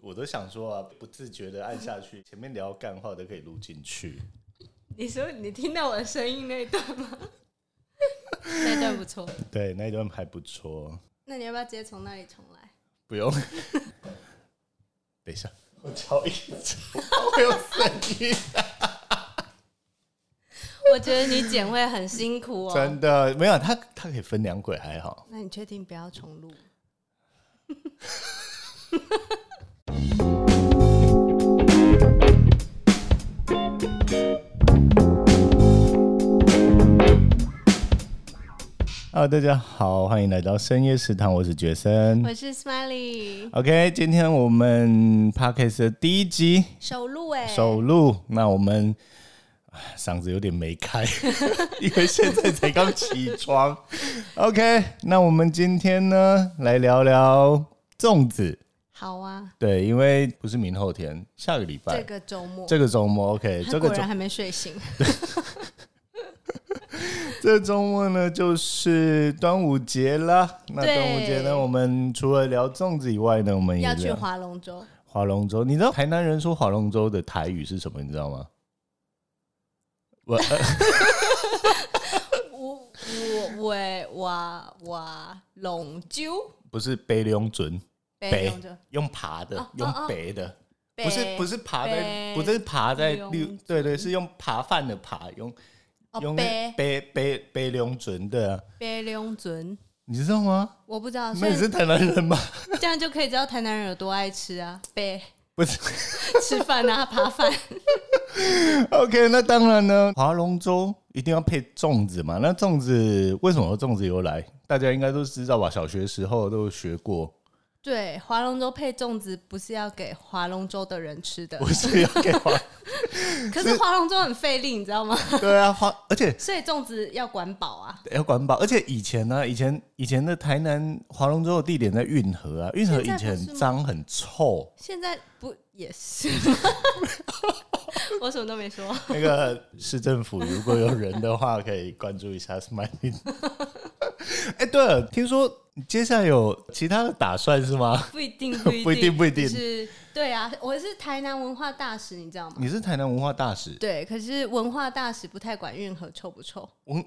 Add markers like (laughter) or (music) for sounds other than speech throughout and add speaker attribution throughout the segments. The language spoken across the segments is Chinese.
Speaker 1: 我都想说啊，不自觉的按下去，前面聊干话都可以录进去。
Speaker 2: 你说你听到我的声音那一段吗？
Speaker 3: (laughs) 那段不错，
Speaker 1: 对，那一段还不错，
Speaker 2: 那你要不要直接从那里重来？
Speaker 1: 不用。 (laughs) 等一下，我敲一敲，会有声
Speaker 2: (laughs)
Speaker 1: 音。
Speaker 3: 我觉得你剪会很辛苦哦。
Speaker 1: 真的没有，它它可以分两轨，还好。
Speaker 2: 那你确定不要重录？
Speaker 1: Hello，大家好，欢迎来到深夜食堂，我是觉森。
Speaker 2: 我是 Smiley，
Speaker 1: OK，今天我们 Podcast 的第一集
Speaker 2: 首录哎、
Speaker 1: 首录，那我们唉嗓子有点没
Speaker 2: (laughs)
Speaker 1: 开，因为现在才刚起床。OK，那我们今天呢来聊聊粽子。
Speaker 2: 好啊，
Speaker 1: 对，因为不是明后天，下个礼拜，
Speaker 2: 这个周末，
Speaker 1: 这个周末 OK，
Speaker 2: 他
Speaker 1: 这个
Speaker 2: 果
Speaker 1: 周
Speaker 2: 然还没睡醒，
Speaker 1: 这周末呢就是端午节啦。那
Speaker 3: 对
Speaker 1: 端午节呢，我们除了聊粽子以外呢，我们也
Speaker 2: 要去
Speaker 1: 聊
Speaker 2: 划龙舟。
Speaker 1: 划龙舟。你知道台南人说划龙舟的台语是什么？你知道吗？我、呃
Speaker 2: 我我喂哇哇龙舟，
Speaker 1: 不是背龙准，
Speaker 2: 北
Speaker 1: 背
Speaker 2: 龙舟，
Speaker 1: 用爬的
Speaker 2: 哎哦，
Speaker 1: 用
Speaker 2: 哦哦
Speaker 1: 背的，不是不是
Speaker 2: 是
Speaker 1: 爬在，
Speaker 2: 背
Speaker 1: 不是爬在
Speaker 2: 龙
Speaker 1: 六，对对，是用扒饭的扒，用
Speaker 2: 哦
Speaker 1: 用
Speaker 2: 北
Speaker 1: 背背背龙准的，啊
Speaker 2: 北龙尊，
Speaker 1: 你知道吗？
Speaker 2: 我不知道，
Speaker 1: 那
Speaker 2: 所以
Speaker 1: 你是台南人吗？ (laughs)
Speaker 2: 这样就可以知道台南人有多爱吃啊，北
Speaker 1: 不是。
Speaker 2: (laughs) 吃饭啊，扒饭。
Speaker 1: OK，那当然呢，划龙舟一定要配粽子嘛。那粽子为什么有粽子由来？大家应该都知道吧？小学时候都有学过，
Speaker 2: (laughs) 对，划龙舟配粽子不是要给划龙舟的人吃的
Speaker 1: 不，是要给划？
Speaker 2: 可是划龙舟很费力，你知道吗？
Speaker 1: (laughs)
Speaker 2: (laughs)
Speaker 1: 对啊，划，而且
Speaker 2: 所以粽子要管饱啊。
Speaker 1: 要管饱。而且以前呢、以前以前的台南划龙舟的地点在运河啊，运河以前
Speaker 2: 现在不是
Speaker 1: 很
Speaker 2: 吗
Speaker 1: 脏很臭，
Speaker 2: 现在不也是 (laughs) 吗？我什么都没说。
Speaker 1: 那个市政府如果有人的话，可以关注一下
Speaker 2: (laughs)
Speaker 1: Smiley。哎、对了，听说你接下来有其他的打算是吗？
Speaker 2: 不一定，不一
Speaker 1: (laughs)
Speaker 2: 定，
Speaker 1: 不一定不一定
Speaker 2: 就是对啊，我是台南文化大使，你知道吗？
Speaker 1: 你是台南文化大使，
Speaker 2: 对，可是文化大使不太管运河臭不臭。
Speaker 1: 文，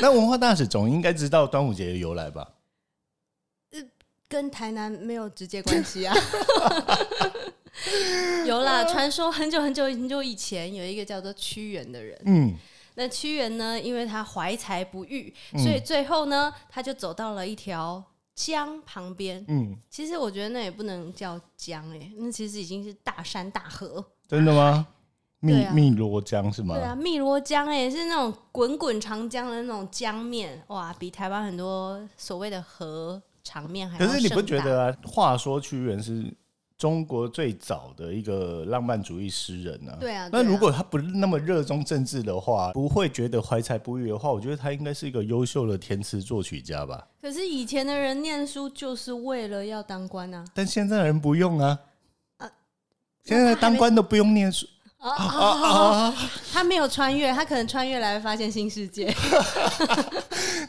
Speaker 1: 那文化大使总应该知道端午节的由来吧？
Speaker 2: 跟台南没有直接关系
Speaker 1: (laughs)
Speaker 2: 啊。有啦，传说很久很久很久以前，有一个叫做屈原的人。
Speaker 1: 嗯，
Speaker 2: 那屈原呢，因为他怀才不遇，所以最后呢，他就走到了一条江旁边。
Speaker 1: 嗯，
Speaker 2: 其实我觉得那也不能叫江哎、那其实已经是大山大河。
Speaker 1: 真的吗？
Speaker 2: 对
Speaker 1: 汨
Speaker 2: 啊
Speaker 1: 汨罗江是吗
Speaker 2: 对？啊，汨罗江哎、是那种滚滚长江的那种江面，哇，比台湾很多所谓的河场面还
Speaker 1: 可
Speaker 2: 要
Speaker 1: 是你不
Speaker 2: 哎盛
Speaker 1: 觉
Speaker 2: 大
Speaker 1: 得啊？话说屈原是中国最早的一个浪漫主义诗人啊。
Speaker 2: 对啊
Speaker 1: 那
Speaker 2: 对啊
Speaker 1: 如果他不那么热衷政治的话，不会觉得怀才不遇的话，我觉得他应该是一个优秀的填词作曲家吧。
Speaker 2: 可是以前的人念书就是为了要当官啊！
Speaker 1: 但现在的人不用啊
Speaker 2: 啊。
Speaker 1: 现在
Speaker 2: 那
Speaker 1: 的
Speaker 2: 他还
Speaker 1: 当
Speaker 2: 没
Speaker 1: 官都不用念书，
Speaker 2: 啊啊啊！他没有穿越，他可能穿越来发现新世界。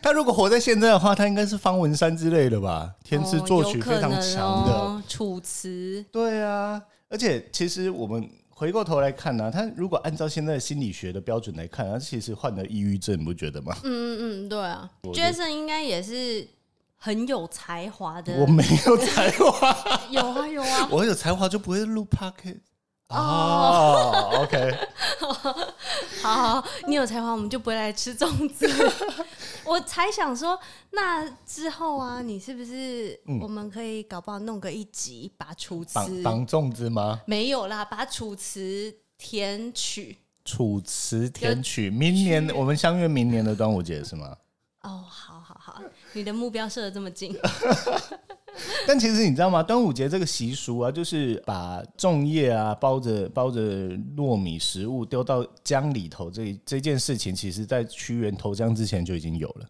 Speaker 1: 他如果活在现在的话，他应该是方文山之类的吧，填词作曲非常强的。
Speaker 2: 哦哦有可能哦楚辞，
Speaker 1: 对啊，而且其实我们回过头来看呢、他如果按照现在的心理学的标准来看，他其实患了抑郁症，你不觉得吗？
Speaker 2: 嗯嗯嗯，对啊，Jason 应该也是很有才华的。
Speaker 1: 我没有才华，
Speaker 2: (laughs) 有啊有啊，
Speaker 1: (laughs) 我有才华就不会录 p o c k e t 哦、o (laughs) k
Speaker 2: 好好，好你有才华，我们就不会来吃
Speaker 1: (laughs)
Speaker 2: 粽子。我才想说，那之后啊，你是不是我们可以搞不好弄个一集，把楚
Speaker 1: 嗯绑
Speaker 2: 辞
Speaker 1: 绑粽子吗？
Speaker 2: 没有啦，把楚辞填曲。
Speaker 1: 楚辞填曲，明年我们相约明年的端午节是吗？
Speaker 2: 哦，好好好，你的目标设的这么
Speaker 1: (laughs)
Speaker 2: 近，
Speaker 1: 但其实你知道吗？端午节这个习俗啊，就是把粽叶啊包着包着糯米食物丢到江里头这这件事情，其实在屈原投江之前就已经有了。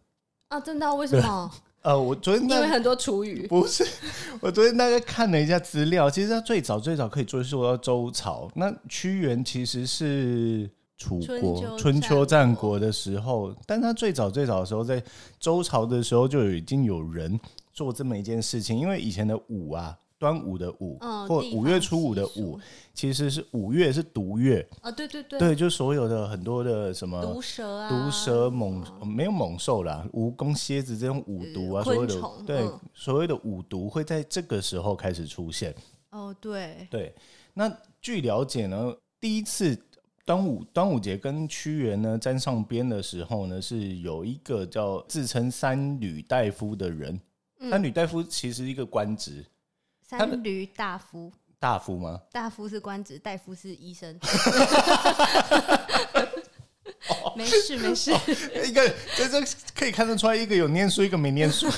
Speaker 2: 啊，真的啊、为什
Speaker 1: (laughs)
Speaker 2: 么？
Speaker 1: 呃，我昨天
Speaker 2: 因为
Speaker 1: 在
Speaker 2: 很多厨余。
Speaker 1: 不是， (laughs) 我昨天大概看了一下资料，其实它最早最早可以追溯到周朝。那屈原其实是楚
Speaker 2: 春
Speaker 1: 国
Speaker 2: 秋
Speaker 1: 春秋
Speaker 2: 战
Speaker 1: 战
Speaker 2: 国
Speaker 1: 国的时候，但他最早最早的时候，在周朝的时候就已经有人做这么一件事情，因为以前的舞啊。端午的午，
Speaker 2: 嗯
Speaker 1: 或
Speaker 2: 地方
Speaker 1: 五月初五的
Speaker 2: 习
Speaker 1: 五
Speaker 2: 俗，
Speaker 1: 其实是五月是毒月，
Speaker 2: 哦，对对对，
Speaker 1: 对，就所有的很多的什么
Speaker 2: 毒蛇啊，
Speaker 1: 毒蛇猛、
Speaker 3: 哦
Speaker 1: 呃没有猛兽啦，蜈蚣、蝎子这种五毒啊，
Speaker 2: 呃
Speaker 1: 所谓的
Speaker 2: 昆虫
Speaker 1: 对、
Speaker 2: 嗯
Speaker 1: 所谓的五毒会在这个时候开始出现。
Speaker 2: 哦，对，
Speaker 1: 对，那据了解呢，第一次端午端午节跟屈原呢沾上边的时候呢，是有一个叫自称三闾大夫的人。
Speaker 2: 嗯
Speaker 1: 三闾大夫其实一个官职，的
Speaker 2: 三闾大夫，
Speaker 1: 大夫吗？ (laughs)
Speaker 2: 大夫是官职，大夫是医生。 (laughs) 没事没事，
Speaker 1: 哎一个这这可以看得出来，一个有念书，一个没念书。
Speaker 3: (laughs)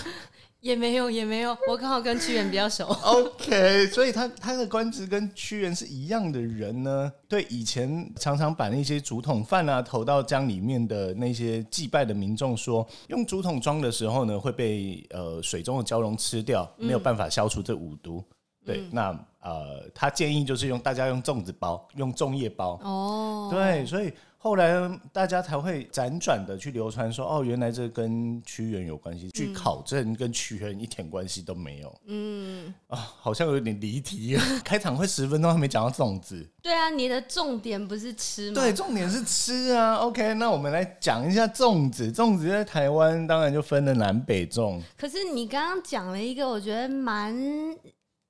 Speaker 3: 也没有也没有，我刚好跟屈原比较熟。
Speaker 1: OK，所以他他的官职跟屈原是一样的人呢。对，以前常常把那些竹筒饭啊投到江里面的那些祭拜的民众说，用竹筒装的时候呢，会被呃水中的蛟龙吃掉，没有办法消除这五毒。对，那呃，他建议就是用大家用粽子包，用粽叶包。
Speaker 2: 哦，
Speaker 1: 对，所以后来大家才会辗转的去流传说，哦，原来这跟屈原有关系。据考证，跟屈原一点关系都没有。嗯，啊，好像有点离题。 (laughs) 开场会十分钟还没讲到粽子，
Speaker 3: 对啊，你的重点不是吃
Speaker 2: 嗯
Speaker 3: 吗？
Speaker 1: 对，重点是吃啊。OK，那我们来讲一下粽子。粽子在台湾当然就分了南北粽。
Speaker 2: 可是你刚刚讲了一个，我觉得蛮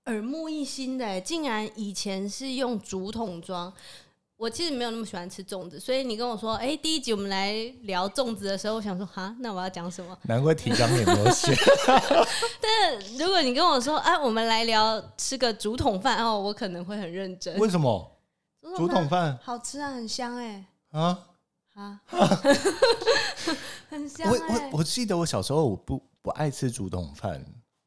Speaker 2: 耳目一新的耶，欸竟然以前是用竹筒装。我其实没有那么喜欢吃粽子，所以你跟我说，哎、第一集我们来聊粽子的时候，我想说，哈，那我要讲什么？
Speaker 1: 难怪提纲也没有
Speaker 2: (laughs)
Speaker 1: 写，
Speaker 3: 但如果你跟我说，哎、我们来聊吃个竹筒饭哦，我可能会很认真。
Speaker 1: 为什么？竹筒
Speaker 2: 饭
Speaker 1: 饭
Speaker 2: 好吃啊，很香哎，
Speaker 1: 啊， (laughs)
Speaker 2: 啊，很香
Speaker 1: 我
Speaker 2: 哎
Speaker 1: 我。我记得我小时候我不不爱吃竹筒饭，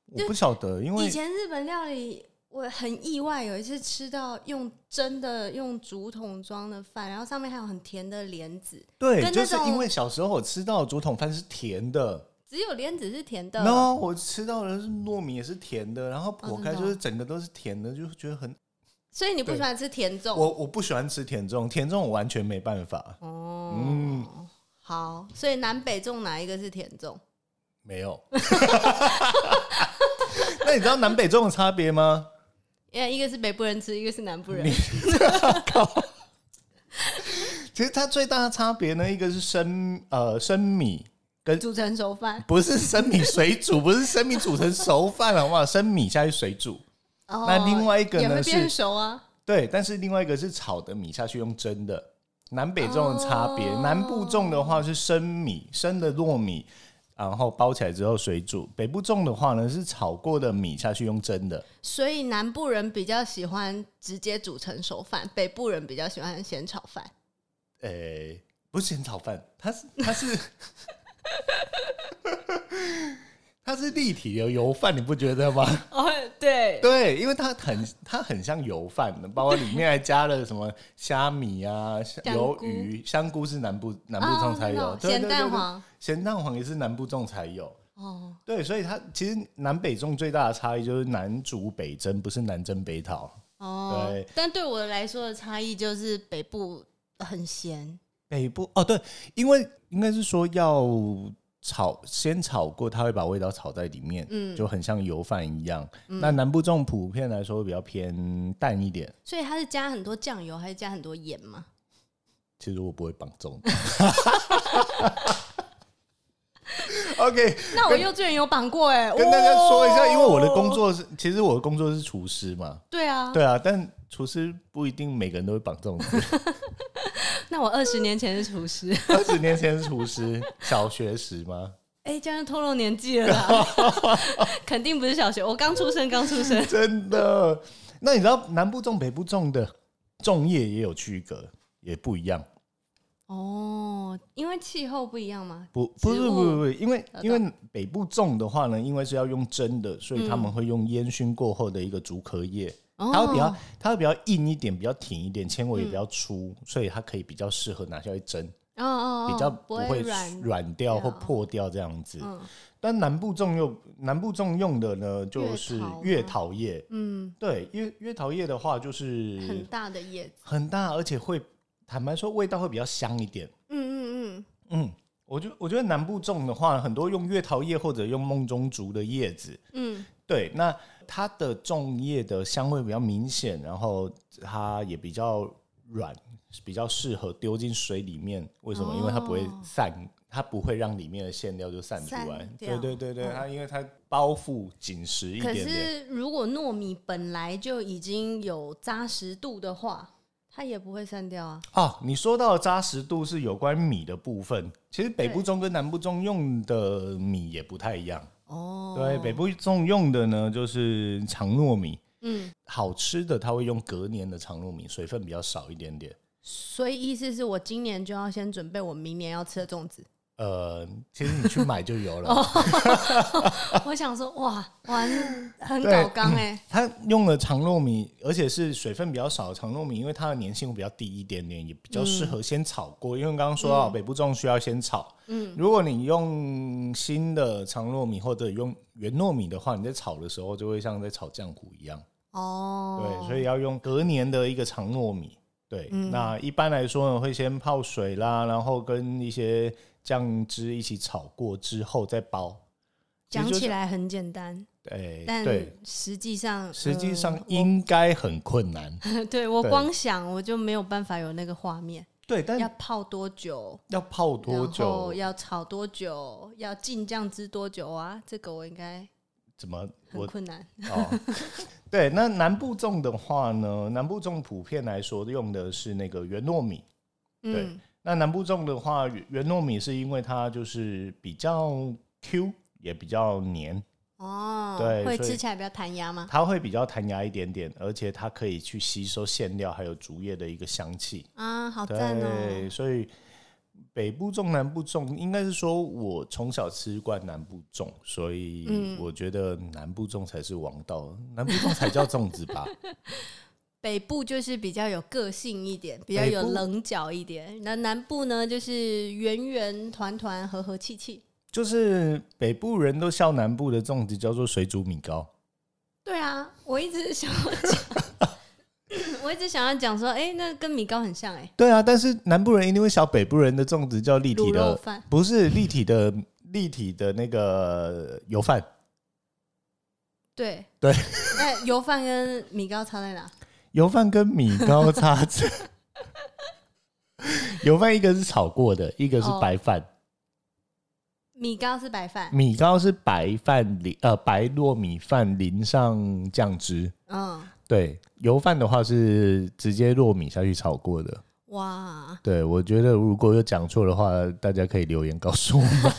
Speaker 1: 我不晓得，因为
Speaker 2: 以前日本料理我很意外，有一次吃到用真的用竹筒装的饭，然后上面还有很甜的莲子，
Speaker 1: 对，
Speaker 2: 跟
Speaker 1: 就
Speaker 2: 那
Speaker 1: 是
Speaker 2: 种
Speaker 1: 因为小时候我吃到的竹筒饭是甜的，
Speaker 2: 只有莲子是甜的。
Speaker 1: 然后我吃到的是糯米也是甜的，然后剖开
Speaker 2: 真的哦
Speaker 1: 就是整个都是甜的，就觉得很
Speaker 2: 所以你不
Speaker 1: 对
Speaker 2: 喜欢吃甜粽
Speaker 1: 我我不喜欢吃甜粽，甜粽我完全没办法，
Speaker 2: 哦。
Speaker 1: 嗯
Speaker 2: 好，所以南北粽哪一个是甜粽？
Speaker 1: 没有。 (laughs) 那你知道南北粽的差别吗？
Speaker 2: 因为一个是北部人吃，一个是南部人
Speaker 1: 你。其实它最大的差别呢，一个是生呃生米，
Speaker 2: (laughs) 煮成
Speaker 1: (laughs)
Speaker 2: 熟饭
Speaker 1: 不是生米水煮，不是生米煮成熟饭好不好？生米下去水煮，
Speaker 2: 哦，
Speaker 1: 那另外一个
Speaker 2: 也
Speaker 1: 呢
Speaker 2: 会
Speaker 1: 是
Speaker 2: 变熟啊。
Speaker 1: 对，但是另外一个是炒的米下去用蒸的，南北粽的差别。南部粽的话是生米，生的糯米，然后包起来之后水煮；北部粽的话呢是炒过的米下去用蒸的。
Speaker 2: 所以南部人比较喜欢直接煮成熟饭，北部人比较喜欢咸炒饭。
Speaker 1: 诶、不是咸炒饭，它是它是它是立体的油饭，你不觉得吗？ (laughs)
Speaker 3: 哦，对，
Speaker 1: 对，因为它很它很像油饭的，包括里面还加了什么虾米啊、虾
Speaker 3: 香
Speaker 1: 鱿
Speaker 3: 菇
Speaker 1: 鱼、香菇是南部南部
Speaker 2: 哦
Speaker 1: 粽才
Speaker 2: 真的
Speaker 1: 有啊
Speaker 2: 哦，
Speaker 1: 对
Speaker 2: 咸
Speaker 1: 对对
Speaker 2: 蛋
Speaker 1: 对
Speaker 2: 黄
Speaker 1: 咸蛋黄也是南部粽才有。
Speaker 2: 哦，
Speaker 1: 对，所以它其实南北粽最大的差异就是南煮北蒸，不是南蒸北讨。
Speaker 2: 哦
Speaker 1: 对，
Speaker 2: 但对我来说的差异就是北部很咸，
Speaker 1: 北部哦，对，因为应该是说要炒，先炒过，它会把味道炒在里面，
Speaker 2: 嗯
Speaker 1: 就很像油饭一样。那南部粽普遍来说会比较偏淡一点。
Speaker 2: 所以它是加很多酱油还是加很多盐
Speaker 3: (laughs)
Speaker 2: 吗？
Speaker 1: 其实我不会绑粽。OK，
Speaker 2: 那我幼稚园有绑过
Speaker 3: 欸
Speaker 2: 哎、
Speaker 1: 跟大家说一下，
Speaker 2: 哦
Speaker 1: 因为我的工作是，其实我的工作是厨师嘛，
Speaker 2: 对啊，
Speaker 1: 对啊，但厨师不一定每个人都会绑粽子。 (laughs)
Speaker 3: 那我二十年前是厨师，
Speaker 1: 二十年前是厨师，小学时吗？
Speaker 3: (laughs) 哎、这样就透露年纪了
Speaker 1: (laughs)
Speaker 3: 啦，肯定不是小学，我刚出生，刚出生。
Speaker 1: 真的？那你知道南部种、北部种的粽叶也有区隔，也不一样。
Speaker 2: (laughs) 哦，因为气候不一样嘛，
Speaker 1: 不，不是，
Speaker 2: 植物哦
Speaker 1: 不是，不是，因为
Speaker 2: 得到
Speaker 1: 因为北部种的话呢，因为是要用蒸的，所以他们会用烟熏过后的一个竹壳叶，
Speaker 2: 哦
Speaker 1: 它会比较它会比较硬一点，比较挺一点，纤维也比较粗，所以它可以比较适合拿下去蒸，
Speaker 2: 哦哦，哦
Speaker 1: 比较
Speaker 2: 不
Speaker 1: 会
Speaker 2: 软，
Speaker 1: 软掉或
Speaker 2: 掉
Speaker 1: 破掉这样子。
Speaker 2: 嗯
Speaker 1: 但南部种用南部种用的呢，就是
Speaker 2: 月桃吗
Speaker 1: 月桃叶，
Speaker 2: 嗯，
Speaker 1: 对，月月桃叶的话就是
Speaker 2: 很大的叶子，
Speaker 1: 很大，而且会坦白说味道会比较香一点。
Speaker 2: 嗯嗯嗯，
Speaker 1: 嗯，我就我觉得南部种的话，很多用月桃叶或者用梦中竹的叶子。
Speaker 2: 嗯，
Speaker 1: 对，那它的粽叶的香味比较明显，然后它也比较软，比较适合丢进水里面。为什么？因为它不会散，它不会让里面的馅料就散出来
Speaker 4: 哦散。
Speaker 1: 对
Speaker 4: 掉哦
Speaker 1: 对对对，它因为它包覆紧实一
Speaker 2: 可
Speaker 1: 点点。
Speaker 2: 是如果糯米本来就已经有扎实度的话，它也不会散掉啊。
Speaker 1: 啊，你说到的扎实度是有关米的部分，其实北部
Speaker 2: 对
Speaker 1: 粽跟南部粽用的米也不太一样。
Speaker 2: 哦，
Speaker 1: 对，北部粽用的呢就是长糯米，
Speaker 2: 嗯，
Speaker 1: 好吃的它会用隔年的长糯米，水分比较少一点点。
Speaker 2: 所以意思是我今年就要先准备我明年要吃的粽子。
Speaker 1: 呃，其实你去买就有了。
Speaker 2: 我想说，哇，玩很
Speaker 1: 对
Speaker 2: 搞刚
Speaker 1: (laughs)
Speaker 2: 哎、
Speaker 1: 它用了长糯米，而且是水分比较少的长糯米，因为它的粘性会比较低一点点，也比较适合先炒过。因为刚刚说到北部粽需要先炒，嗯，如果你用新的长糯米或者用圆糯米的话，你在炒的时候就会像在炒浆糊一样。
Speaker 2: 哦，
Speaker 1: 对，所以要用隔年的一个长糯米。对，
Speaker 2: 嗯
Speaker 1: 那一般来说呢，会先泡水啦，然后跟一些酱汁一起炒过之后再包。其实
Speaker 2: 讲
Speaker 1: 就是
Speaker 2: 起，来很简单，
Speaker 1: 哎、
Speaker 2: 但嗯
Speaker 1: 对，
Speaker 2: 实际上，
Speaker 1: 实际上
Speaker 2: 呃
Speaker 1: 应该很困
Speaker 2: (laughs)
Speaker 1: 难。
Speaker 2: 我对我
Speaker 1: 对
Speaker 2: 光想我就没有办法有那个画面，
Speaker 1: 对，但
Speaker 2: 要泡多久，
Speaker 1: 要泡多
Speaker 2: 然后
Speaker 1: 久？
Speaker 2: 要炒多久，要进酱汁多久啊？这个我应该
Speaker 1: 怎么
Speaker 2: 很
Speaker 1: 我
Speaker 2: 困难。
Speaker 1: 哦？ (laughs) 对，那南部粽的话呢，南部粽普遍来说用的是那个圆糯米。对
Speaker 2: 嗯，
Speaker 1: 那南部粽的话，圆圆糯米是因为它就是比较 Q，也比较黏，
Speaker 2: 哦，
Speaker 1: 对
Speaker 2: 会
Speaker 1: 所以
Speaker 2: 吃起来比较弹牙吗？
Speaker 1: 它会比较弹牙一点点，而且它可以去吸收馅料还有竹叶的一个香气。
Speaker 2: 啊，好赞哦！
Speaker 1: 对，所以北部粽、南部粽，应该是说我从小吃惯南部粽，所以
Speaker 2: 嗯
Speaker 1: 我觉得南部粽才是王道，南部粽才叫粽子吧。
Speaker 2: 北部就是比较有个性一点，比较
Speaker 1: 北
Speaker 2: 有
Speaker 1: 部
Speaker 2: 棱角一点。那南部呢，就是圆圆团团、和和气气。
Speaker 1: 就是北部人都笑南部的粽子叫做水煮米糕，
Speaker 2: 对啊，我一直想要讲，
Speaker 1: (laughs)
Speaker 2: 我一直想要讲说，哎、那跟米糕很像哎、
Speaker 1: 对啊，但是南部人一定会笑北部人的粽子叫立体
Speaker 2: 卤肉
Speaker 1: 的，
Speaker 2: 饭
Speaker 1: 不是立体的立体的那个油饭。
Speaker 2: 对
Speaker 1: 对，
Speaker 2: 那油饭跟米糕差在哪？
Speaker 1: 油饭跟米糕差在， (laughs) 油饭一个是炒过的，一个是
Speaker 2: 哦
Speaker 1: 白饭，
Speaker 2: 米糕是白饭，
Speaker 1: 米糕是白饭淋呃白糯米饭淋上酱汁。
Speaker 2: 嗯，
Speaker 1: 对，油饭的话是直接糯米下去炒过的。
Speaker 2: 哇，
Speaker 1: 对，我觉得如果有讲错的话，大家可以留言告诉我们。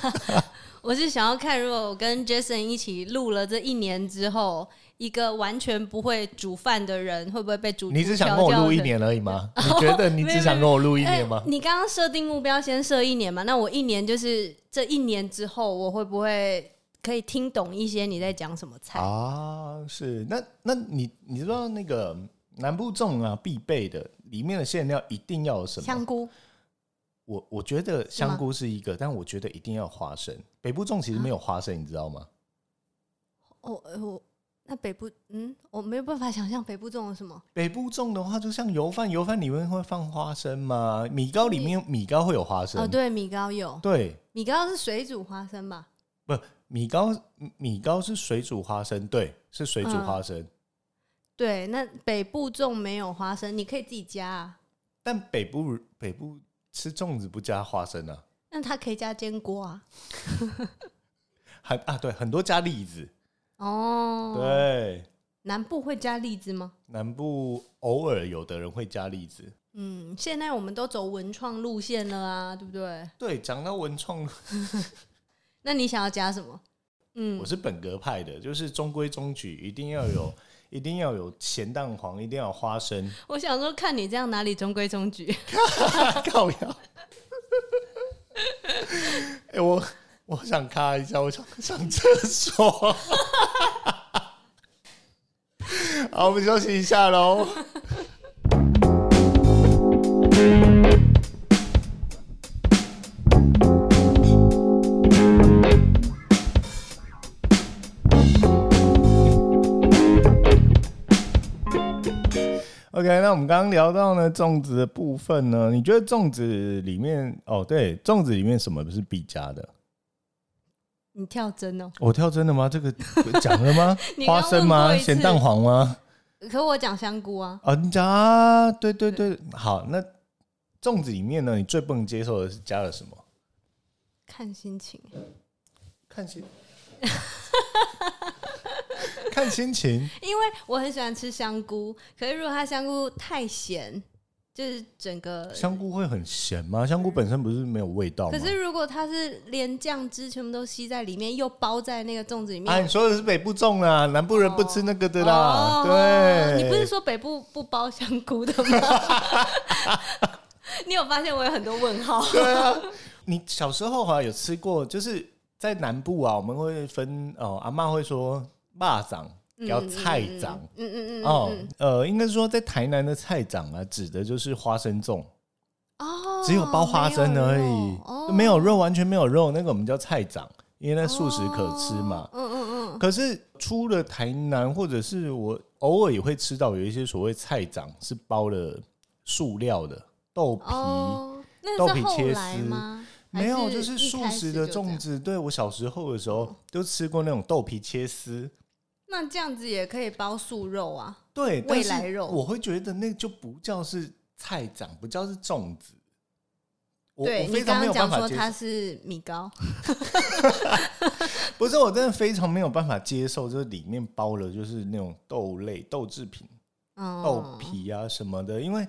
Speaker 2: 我是想要看，如果我跟 Jason 一起录了这一年之后，一个完全不会煮饭的人，会不会被煮？
Speaker 1: 你只想跟我录一年而已
Speaker 2: (laughs)
Speaker 1: 吗？你觉得你只想跟我录一
Speaker 2: 哎？
Speaker 1: 年吗？
Speaker 2: 你刚刚设定目标先设一年嘛？那我一年就是这一年之后，我会不会可以听懂一些你在讲什么菜？
Speaker 1: 啊，是那那你你知道那个南部粽啊必备的里面的馅料一定要有什么？
Speaker 2: 香菇，
Speaker 1: 我我觉得香
Speaker 2: 吗啊
Speaker 1: 菇是一个，但我觉得一定要有花生。北部粽其实没有花生，你知道吗？
Speaker 2: 哦，呃我那北部，嗯，我没有办法想象北部种有什么。
Speaker 1: 北部粽的话，就像油饭，油饭里面会放花生吗？米糕里面米糕会有花生，
Speaker 2: 哦，对，米糕有，
Speaker 1: 对
Speaker 2: 米糕是水煮花生吧？
Speaker 1: 不，米糕米糕是水煮花生，对，是水煮花生。
Speaker 2: 对，那北部种没有花生，你可以自己加啊。
Speaker 1: 但北部北部吃粽子不加花生啊，
Speaker 2: 那它可以加坚果啊。
Speaker 1: 很啊对，很多加栗子，
Speaker 2: 哦，，
Speaker 1: 对。
Speaker 2: 南部会加栗子吗？
Speaker 1: 南部偶尔有的人会加栗子。
Speaker 2: 嗯，现在我们都走文创路线了啊，对不对？
Speaker 1: 对，讲到文创， (laughs)
Speaker 2: 那你想要加什么？嗯
Speaker 1: 我，是本格派的，就是中规中矩，一定要有，一定要有咸蛋黄，一定要有花生，
Speaker 2: 我想说，看你这样哪里中规中矩？
Speaker 1: 靠呀！哎、我我想咔一下，我想上厕所。 (laughs) 好，我们休息一下喽。OK，那我们刚刚聊到呢粽子的部分呢，你觉得粽子里面哦，对，粽子里面什么是必加的？
Speaker 2: (laughs) 你跳针哦、
Speaker 1: 我跳真的吗？这个讲了 (laughs) 吗？
Speaker 2: 你
Speaker 1: 花
Speaker 2: 刚问
Speaker 1: 生吗？
Speaker 2: 过一次
Speaker 1: 咸蛋黄吗？
Speaker 2: 可我讲香菇啊，
Speaker 1: 啊，你讲啊，对对对，好，那粽子里面呢，你最不能接受的是加了什么？
Speaker 2: 看心情。
Speaker 1: 看心， (laughs) 看心情。
Speaker 2: 因为我很喜欢吃香菇，可是如果它香菇太咸，就是整个。
Speaker 1: 香菇会很咸吗？香菇本身不是没有味道吗？
Speaker 2: 可是如果它是连酱汁全部都吸在里面，又包在那个粽子里面，
Speaker 1: 啊，你说的是北部粽啦，南部人不吃那个的啦。
Speaker 2: 哦
Speaker 1: 对，
Speaker 2: 你不是说北部不包香菇的吗？ (laughs) 你有发现我有很多
Speaker 1: (laughs)
Speaker 2: 问号？
Speaker 1: 对啊，你小时候好啊像有吃过，就是在南部啊，我们会分哦、阿妈会说蚂蚱叫菜长。
Speaker 2: 嗯嗯嗯，
Speaker 1: 哦，呃，应该说在台南的菜长啊，指的就是花生粽，
Speaker 2: 哦，
Speaker 1: 只有包花生而已，
Speaker 2: 哦
Speaker 1: 没有肉，完全没有肉，那个我们叫菜长，因为那素食可吃嘛。
Speaker 2: 嗯嗯嗯，
Speaker 1: 可是出了台南，或者是我偶尔也会吃到有一些所谓菜长是包了塑料的豆皮，
Speaker 2: 哦，
Speaker 1: 豆
Speaker 2: 那是
Speaker 1: 皮
Speaker 2: 后
Speaker 1: 切
Speaker 2: 来
Speaker 1: 丝
Speaker 2: 吗？还
Speaker 1: 没有，就是是
Speaker 2: 一
Speaker 1: 素
Speaker 2: 开
Speaker 1: 食
Speaker 2: 始
Speaker 1: 的
Speaker 2: 就这
Speaker 1: 粽
Speaker 2: 样，嗯
Speaker 1: 子。对我小时候的时候就吃过那种豆皮切丝，
Speaker 2: 那这样子也可以包素肉啊。
Speaker 1: 对，
Speaker 2: 未
Speaker 1: 但是
Speaker 2: 来肉
Speaker 1: 我会觉得那就不叫是菜长，不叫是粽子。我
Speaker 2: 对
Speaker 1: 我
Speaker 2: 你
Speaker 1: 非
Speaker 2: 刚
Speaker 1: 常没
Speaker 2: 刚
Speaker 1: 有办
Speaker 2: 讲
Speaker 1: 法
Speaker 2: 说
Speaker 1: 接
Speaker 2: 它
Speaker 1: 受，
Speaker 2: 是米糕，
Speaker 1: 不是我真的非常没有办法接受，就是里面包了就是那种豆类、豆制品、
Speaker 2: 嗯，
Speaker 1: 豆。皮啊什么的，因为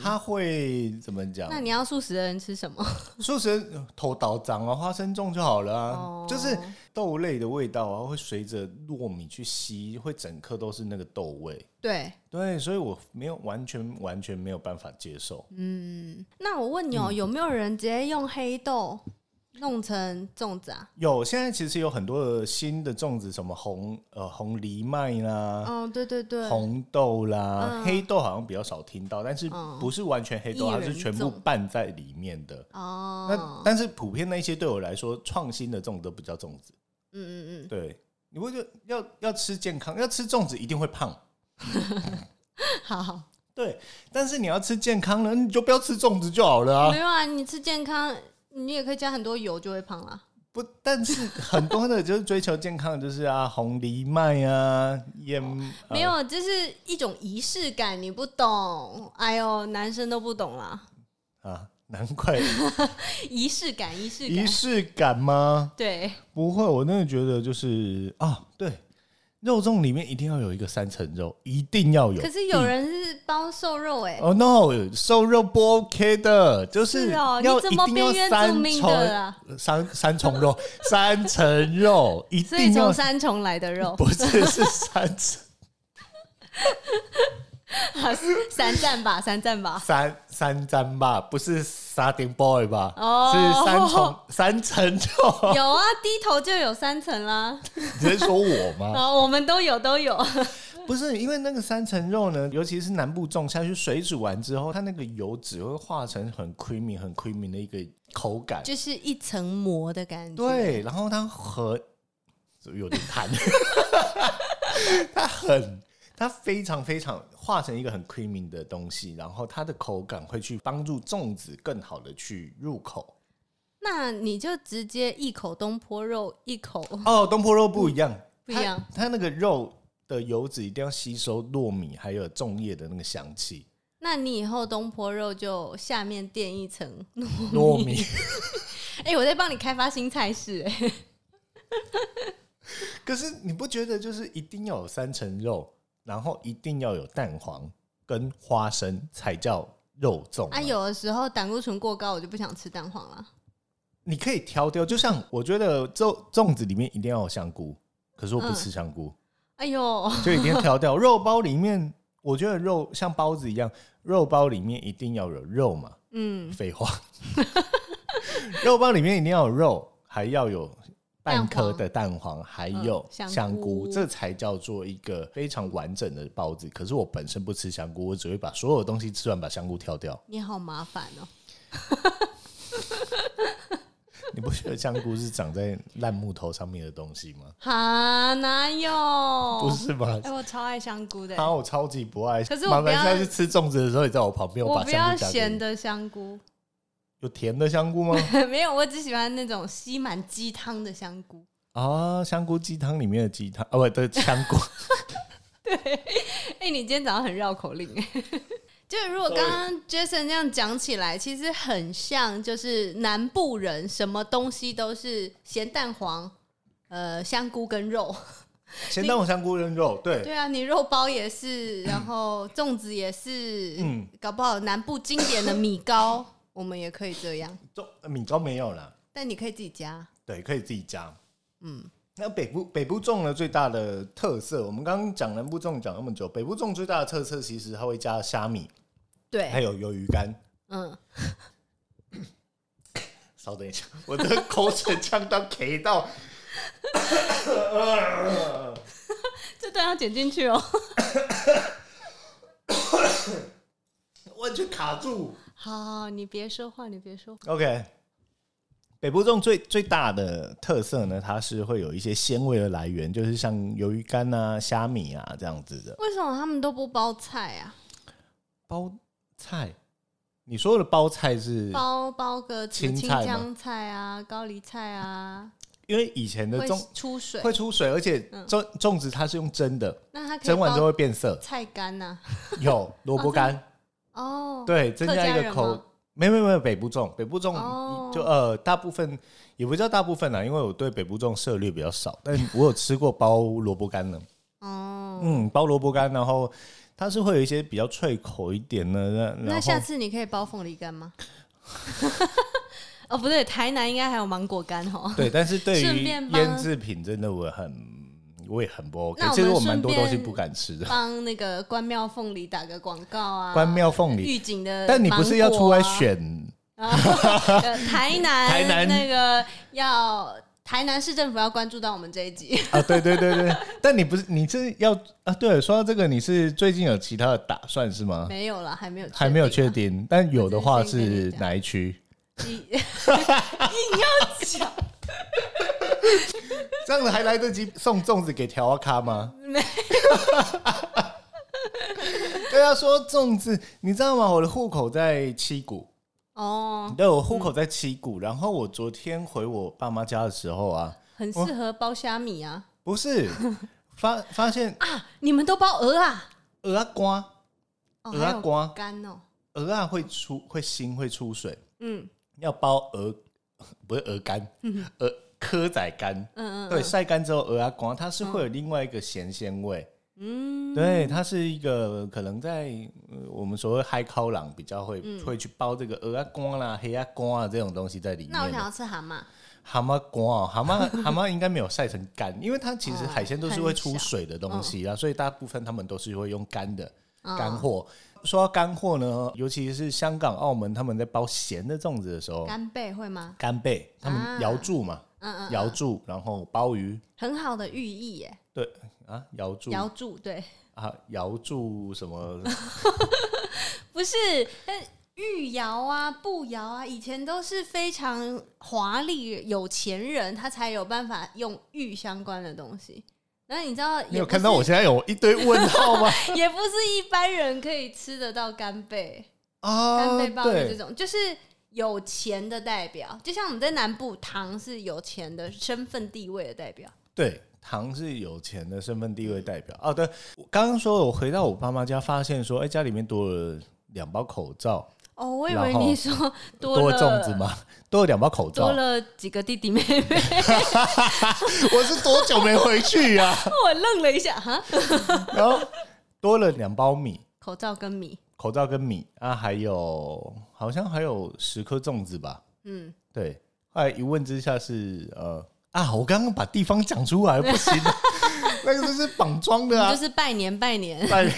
Speaker 1: 它会怎么讲？
Speaker 2: 那你要素食的人吃什么？
Speaker 1: 素食人头倒长啊，花生粽就好了啊，
Speaker 2: 哦
Speaker 1: 就是豆类的味道啊，会随着糯米去吸，会整颗都是那个豆味。
Speaker 2: 对，
Speaker 1: 对，所以我没有完全完全没有办法接受。
Speaker 2: 嗯，那我问你哦，有没有人直接用黑豆弄成粽子啊？
Speaker 1: 有现在其实有很多的新的粽子，什么红呃红藜麦啦、
Speaker 2: 嗯，对对对，
Speaker 1: 啊红豆啦、
Speaker 2: 嗯
Speaker 1: 黑豆好像比较少听到，但是
Speaker 2: 嗯
Speaker 1: 不是完全黑豆，
Speaker 2: 薏
Speaker 1: 它
Speaker 2: 仁
Speaker 1: 是全部
Speaker 2: 粽
Speaker 1: 拌在里面的。那
Speaker 2: 哦，
Speaker 1: 但是普遍那些对我来说，创新的粽子都不叫粽子。
Speaker 2: 嗯嗯嗯，
Speaker 1: 对，你会觉得要要吃健康，要吃粽子一定会胖。
Speaker 2: 嗯 (laughs) 好，
Speaker 1: 对，但是你要吃健康了，你就不要吃粽子就好了啊
Speaker 2: 没。有啊，你吃健康，你也可以加很多油就会胖啦。
Speaker 1: 不，但是很多的就是追求健康，就是啊，红藜麦啊，燕、呃
Speaker 2: 没有，这是一种仪式感，你不懂。哎呦，男生都不懂啦，
Speaker 1: 啊， (laughs) 难怪
Speaker 2: 仪式感，仪式
Speaker 1: 仪
Speaker 2: 感，
Speaker 1: 式感吗？
Speaker 2: 对，
Speaker 1: 不会，我真的觉得就是啊，对，肉粽里面一定要有一个三层肉，一定要有。
Speaker 2: 可是有人是包瘦肉哎、
Speaker 1: 哦、no，瘦肉不 OK 的，就是
Speaker 2: 是哦，
Speaker 1: 要
Speaker 2: 你怎
Speaker 1: 一
Speaker 2: 么
Speaker 1: 定
Speaker 2: 变
Speaker 1: 要
Speaker 2: 原住
Speaker 1: 三
Speaker 2: 民
Speaker 1: 重
Speaker 2: 的啊啦？
Speaker 1: 三三重肉，三层肉一
Speaker 2: (laughs) 所以
Speaker 1: 定要
Speaker 2: 从三重来的肉，
Speaker 1: 不是是三层
Speaker 2: (laughs) 三战吧，三战吧。
Speaker 1: 三三张吧，不是沙丁 boy 吧？
Speaker 2: 哦
Speaker 1: 是三重三层肉。
Speaker 2: 有啊，低头就有三层啦。
Speaker 1: (laughs) 你在说我吗？ (laughs)
Speaker 2: 啊，我们都有，都有。
Speaker 1: 不是，因为那个三层肉呢，尤其是南部粽下去水煮完之后，它那个油脂会化成很 creamy、很 creamy 的一个口感。
Speaker 2: (laughs) 就是一层膜的感觉。，
Speaker 1: 对，然后它很有点 (laughs) 弹，它很它非常非常化成一个很 creamy 的东西，然后它的口感会去帮助粽子更好的去入口。
Speaker 2: 那你就直接一口东坡肉，一口
Speaker 1: 哦，东坡肉不一样，
Speaker 2: 不一样。
Speaker 1: 它那个肉的油脂一定要吸收糯米还有粽叶的那个香气，
Speaker 2: 那你以后东坡肉就下面垫一层。
Speaker 1: 糯米。
Speaker 2: 哎、我在帮你开发新菜式、哎，
Speaker 1: (laughs) 可是你不觉得就是一定要有三层肉，然后一定要有蛋黄跟花生才叫肉粽吗
Speaker 2: 啊，有的时候胆固醇过高，我就不想吃蛋黄了。
Speaker 1: 你可以挑掉，就像我觉得粽粽子里面一定要有香菇，可是我不吃香菇，
Speaker 2: 哎呦，
Speaker 1: 就一定要挑掉。肉包里面，我觉得肉像包子一样，肉包里面一定要有肉嘛，
Speaker 2: 嗯，
Speaker 1: 废话，肉包里面一定要有肉，还要有半颗的蛋黄，还有
Speaker 2: 嗯香菇
Speaker 1: 香菇，这才叫做一个非常完整的包子。可是我本身不吃香菇，我只会把所有东西吃完，把香菇挑
Speaker 2: (laughs)
Speaker 1: 掉。
Speaker 2: 你好麻烦哦、
Speaker 1: 你不觉得香菇是长在烂木头上面的东西吗？
Speaker 2: 哈，哪有？
Speaker 1: 不是吗？
Speaker 2: 哎、我超爱香菇的、
Speaker 1: 啊，我超级不爱。
Speaker 2: 可是我
Speaker 1: 麻
Speaker 2: 不
Speaker 1: 烦
Speaker 2: 要
Speaker 1: 下次吃粽子的时候，你在我旁边，
Speaker 2: 我
Speaker 1: 把
Speaker 2: 不
Speaker 1: 香
Speaker 2: 要
Speaker 1: 菇夹给
Speaker 2: 咸
Speaker 1: 你。
Speaker 2: 的香菇， (laughs)
Speaker 1: 有甜的香菇吗？
Speaker 2: 没有，我只喜欢那种吸满鸡汤的香菇。
Speaker 1: 哦，香菇鸡汤里面的鸡汤哦，不
Speaker 2: (laughs)
Speaker 1: 对，香菇
Speaker 2: 对， (laughs) 哎、你今天早上很绕口令 (laughs) 哎。就如果
Speaker 1: Sorry
Speaker 2: 刚刚 Jason 这样讲起来，其实很像，就是南部人什么东西都是咸蛋黄、呃香菇跟肉。
Speaker 1: 咸蛋黄香菇扔肉，对，
Speaker 2: 对啊，你肉包也是，然后粽子也是，
Speaker 1: 嗯
Speaker 2: 搞不好南部经典的米糕，我们也可以这样，
Speaker 1: 中呃米糕没有啦，
Speaker 2: 但你可以自己加。
Speaker 1: 对，可以自己加。
Speaker 2: 嗯，
Speaker 1: 那北部北部粽呢最大的特色，我们刚刚讲南部粽讲那么久，北部粽最大的特色其实它会加虾米，还
Speaker 2: 对，
Speaker 1: 有鱿鱼干。
Speaker 2: 嗯，
Speaker 1: 稍等一下，我的口水呛到 K 到，
Speaker 2: 这段要剪进去哦。
Speaker 1: 完全卡住。
Speaker 2: 好好，你别说话，你别说话。
Speaker 1: OK，北部粽最最大的特色呢，它是会有一些鲜味的来源，就是像鱿鱼干啊、虾米啊这样子的
Speaker 2: 为什么他们都不包菜啊？
Speaker 1: 包菜。你说的包菜是
Speaker 2: 包包个什么
Speaker 1: 青
Speaker 2: 青
Speaker 1: 菜吗
Speaker 2: 江菜啊、高丽菜啊，
Speaker 1: 因为以前的
Speaker 2: 会
Speaker 1: 粽
Speaker 2: 出水。
Speaker 1: 会出水，而且粽粽子它是用蒸的，
Speaker 2: 那它嗯可以
Speaker 1: 蒸完之后
Speaker 2: 包
Speaker 1: 会变
Speaker 2: (laughs)
Speaker 1: 色。
Speaker 2: 菜干呐、
Speaker 1: 有萝卜干，
Speaker 2: 哦，
Speaker 1: 对，增加一
Speaker 2: 客家
Speaker 1: 个
Speaker 2: 人
Speaker 1: 口
Speaker 2: 吗。
Speaker 1: 没有没有没有北部粽，北部粽
Speaker 2: 哦
Speaker 1: 就呃大部分也不叫大部分啦，因为我对北部粽涉猎比较少，但我有吃过包萝卜干的，
Speaker 2: 哦，
Speaker 1: 嗯，包萝卜干，然后它是会有一些比较脆口一点的，那
Speaker 2: 那
Speaker 1: 然后
Speaker 2: 下次你可以包凤梨干吗？ (laughs) 哦，不对，台南应该还有芒果干哦。
Speaker 1: 对，但是对
Speaker 2: 顺
Speaker 1: 于
Speaker 2: 便帮
Speaker 1: 腌制品真的我很我也很不 OK，
Speaker 2: 那我
Speaker 1: 其实
Speaker 2: 们
Speaker 1: 我蛮多
Speaker 2: 顺
Speaker 1: 东
Speaker 2: 便
Speaker 1: 西不敢吃的，
Speaker 2: (laughs) 帮那个关庙凤梨打个广告啊，
Speaker 1: 关庙凤梨，
Speaker 2: 预警的、
Speaker 1: 但你不是要出来？
Speaker 2: (laughs)
Speaker 1: 选
Speaker 2: 啊呃台南，
Speaker 1: 台南
Speaker 2: 那个要台南市政府要关注到我们这一集。 (laughs)
Speaker 1: (laughs) 啊，对对对对，但你不是你是要啊？对了，说到这个，你是最近有其他的打算是吗？
Speaker 2: 没有了，还没有，啊
Speaker 1: 还没有确。定，但有的话
Speaker 2: 我只
Speaker 1: 是
Speaker 2: 是先跟你讲
Speaker 1: 哪一区？
Speaker 2: 你 (laughs) 硬要讲，
Speaker 1: 这样子还来得及送粽子给调阿咖吗？
Speaker 2: (laughs) 没
Speaker 1: (laughs) 对啊，说粽子，你知道吗？我的户口在七股，
Speaker 2: 哦，
Speaker 1: 对，我户口在七股。然后我昨天回我爸妈家的时候啊，
Speaker 2: 很适合包虾米啊！
Speaker 1: 不是发发现
Speaker 2: 你们都包鹅啊？
Speaker 1: 鹅啊瓜，
Speaker 2: 哦，
Speaker 1: 鹅啊
Speaker 2: 还有
Speaker 1: 瓜，
Speaker 2: 干哦，
Speaker 1: 鹅啊会出会腥会出水，
Speaker 2: 嗯
Speaker 1: 要包鹅， (laughs) 不是鹅肝，鹅蚵仔干。
Speaker 2: 嗯嗯，
Speaker 1: 对，晒干之后鹅啊光，它是会有另外一个咸鲜味。
Speaker 2: 嗯，
Speaker 1: 对，它是一个可能在、呃我们所谓嗨烤朗比较会、
Speaker 2: 嗯
Speaker 1: 会去包这个鹅啊光啦、黑啊光啊这种东西在里面。
Speaker 2: 那我想要吃蛤蟆，
Speaker 1: 蛤蟆光哦，蛤蟆蛤蟆应该没有晒成干，因为它其实
Speaker 2: 哦
Speaker 1: 海鲜都是
Speaker 2: 很
Speaker 1: 会出
Speaker 2: 小
Speaker 1: 水的东西啊
Speaker 2: 嗯
Speaker 1: 啦，所以大部分他们都是会用干的
Speaker 2: 哦
Speaker 1: 干货。说到干货呢，尤其是香港、澳门他们在包咸的粽子的时候，
Speaker 2: 干贝会吗？
Speaker 1: 干贝他们
Speaker 2: 啊
Speaker 1: 瑶柱嘛，
Speaker 2: 嗯嗯，
Speaker 1: 瑶柱，然后鲍鱼，
Speaker 2: 很好的寓意耶，
Speaker 1: 对啊，瑶柱
Speaker 2: 瑶柱对，
Speaker 1: 啊，瑶柱什么？
Speaker 2: (laughs) 不是，但御窑啊、步窑啊，以前都是非常华丽有钱人，他才有办法用玉相关的东西。然后你知道，也
Speaker 1: 你有
Speaker 2: 不
Speaker 1: 看到
Speaker 2: 是
Speaker 1: 我现在有一堆问号吗？
Speaker 2: (laughs) 也不是一般人可以吃得到干贝、干
Speaker 1: 啊，
Speaker 2: 贝鲍鱼这
Speaker 1: 对，
Speaker 2: 种，就是有钱的代表。就像我们在南部，糖是有钱的身份地位的代表。
Speaker 1: 对，糖是有钱的身份地位代表。哦，对，我刚刚说我回到我爸妈家，发现说，哎、家里面多了两包口罩，
Speaker 2: 哦，我以
Speaker 1: 然
Speaker 2: 为
Speaker 1: 后
Speaker 2: 你说多
Speaker 1: 多
Speaker 2: 了
Speaker 1: 了粽子？吗？多了两包口罩
Speaker 2: 多，了几个弟弟妹妹，
Speaker 1: (laughs)
Speaker 2: (laughs)
Speaker 1: 我是多久没回去呀、 (laughs)
Speaker 2: 我愣了一下，哈，
Speaker 1: 然后多了两包米，
Speaker 2: 口罩跟米，
Speaker 1: 口罩跟米啊，还有好像还有十颗粽子吧？
Speaker 2: 嗯，
Speaker 1: 对，后来一问之下是呃啊，我刚刚把地方讲 (laughs) 出来不行，那个就是绑装的啊
Speaker 2: 就，是拜年拜年，
Speaker 1: 拜 (laughs)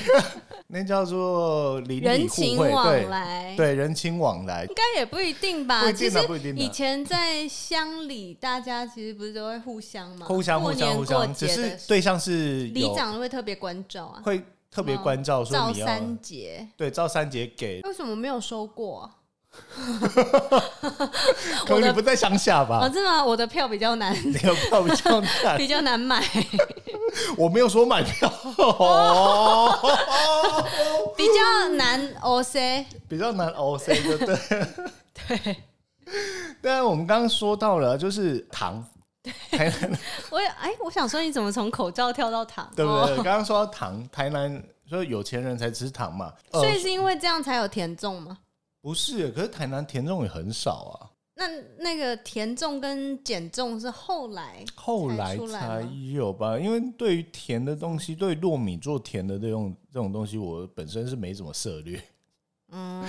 Speaker 1: 那叫做邻里
Speaker 2: 人
Speaker 1: 互
Speaker 2: 情
Speaker 1: 惠，
Speaker 2: 往
Speaker 1: 对
Speaker 2: 来，
Speaker 1: 对，人情往来
Speaker 2: 应，该也不一定吧？
Speaker 1: 不一
Speaker 2: 其
Speaker 1: 定
Speaker 2: 实
Speaker 1: 啊，不一定
Speaker 2: 以
Speaker 1: 啊，
Speaker 2: 前在乡里，大家其实不是都会互相吗？
Speaker 1: 互相
Speaker 2: 过
Speaker 1: 互相
Speaker 2: 年
Speaker 1: 互
Speaker 2: 过
Speaker 1: 相，只
Speaker 2: 节
Speaker 1: 是
Speaker 2: 的时
Speaker 1: 对象是
Speaker 2: 里
Speaker 1: 有
Speaker 2: 长会特别关照啊，
Speaker 1: 会特别关照说
Speaker 2: 赵
Speaker 1: 你啊要
Speaker 2: 三节
Speaker 1: 对赵三姐
Speaker 2: (laughs)
Speaker 1: 给，
Speaker 2: 为什么没有收过啊？
Speaker 1: 可能你不在乡下
Speaker 2: 哦，
Speaker 1: 吧？
Speaker 2: 真的吗？我的票比较难，
Speaker 1: (laughs)
Speaker 2: (laughs)
Speaker 1: 你有票比较难，
Speaker 2: 比较
Speaker 1: (laughs)
Speaker 2: 难买，
Speaker 1: 我没有说买
Speaker 2: (laughs)
Speaker 1: 票哦，
Speaker 2: 比较难 O C。
Speaker 1: (laughs) 比较难哦熬 C 就对。对，但我们刚刚说到了，就是糖，台南
Speaker 2: 我也哎，我想说你怎么从口罩跳到糖？
Speaker 1: 对不
Speaker 2: 哦
Speaker 1: 对？刚刚说到糖， (laughs) 台南说有钱人才吃糖嘛，呃
Speaker 2: 所以是因为这样才有甜粽吗？
Speaker 1: 不是，可是台南甜粽也很少啊，
Speaker 2: 那那个甜粽跟减重是后来
Speaker 1: 后来
Speaker 2: 出来
Speaker 1: 才
Speaker 2: 吗
Speaker 1: 有吧？因为对于甜的东西，对糯米做甜的这种这种东西，我本身是没怎么涉略，
Speaker 2: 嗯，